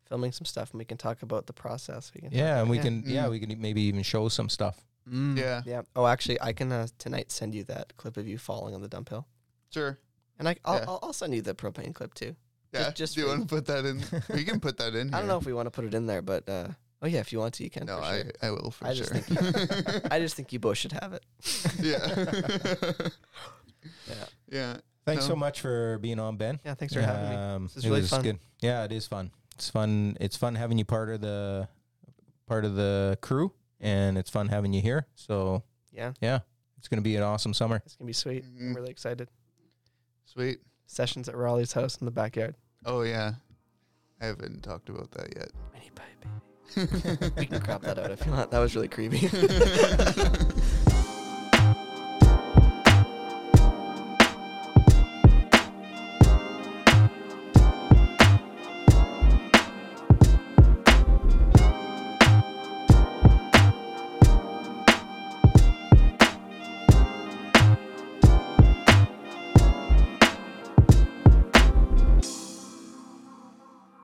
C: filming some stuff, and we can talk about the process. We can talk
B: Yeah, and we
C: Yeah.
B: can. Yeah,
A: Mm.
B: we can e, maybe even show some stuff.
A: Yeah.
C: Yeah. Oh, actually, I can uh, tonight send you that clip of you falling on the dump hill,
A: Sure.
C: and I, I'll,
A: Yeah.
C: I'll, I'll send you the propane clip too.
A: Yeah.
C: Just- just
A: do you
C: for-
A: want to put that in? We can put
C: [LAUGHS]
A: that in. Here.
C: I don't know if we want to put it in there, but uh, oh yeah, if you want to, you can.
A: No,
C: for
A: I,
C: sure.
A: I will for
C: I
A: sure.
C: just
A: [LAUGHS]
C: I just think you both should have it.
A: yeah.
C: [LAUGHS] Yeah.
A: Yeah.
B: Thanks
A: No.
B: so much for being on, Ben.
C: Yeah. Thanks for having me.
B: Um,
C: This is
B: it
C: really
B: was
C: fun.
B: good. Yeah, it is fun. It's fun. It's fun having you part of the part of the crew, and it's fun having you here. So
C: Yeah.
B: it's gonna be an awesome summer.
C: It's gonna be sweet. I'm
A: Mhm.
C: really excited.
A: Sweet.
C: Sessions at Raleigh's house in the backyard.
A: Oh yeah. I haven't talked about that yet.
C: [LAUGHS]
A: [LAUGHS]
C: We can crop that out if you want. That was really creepy.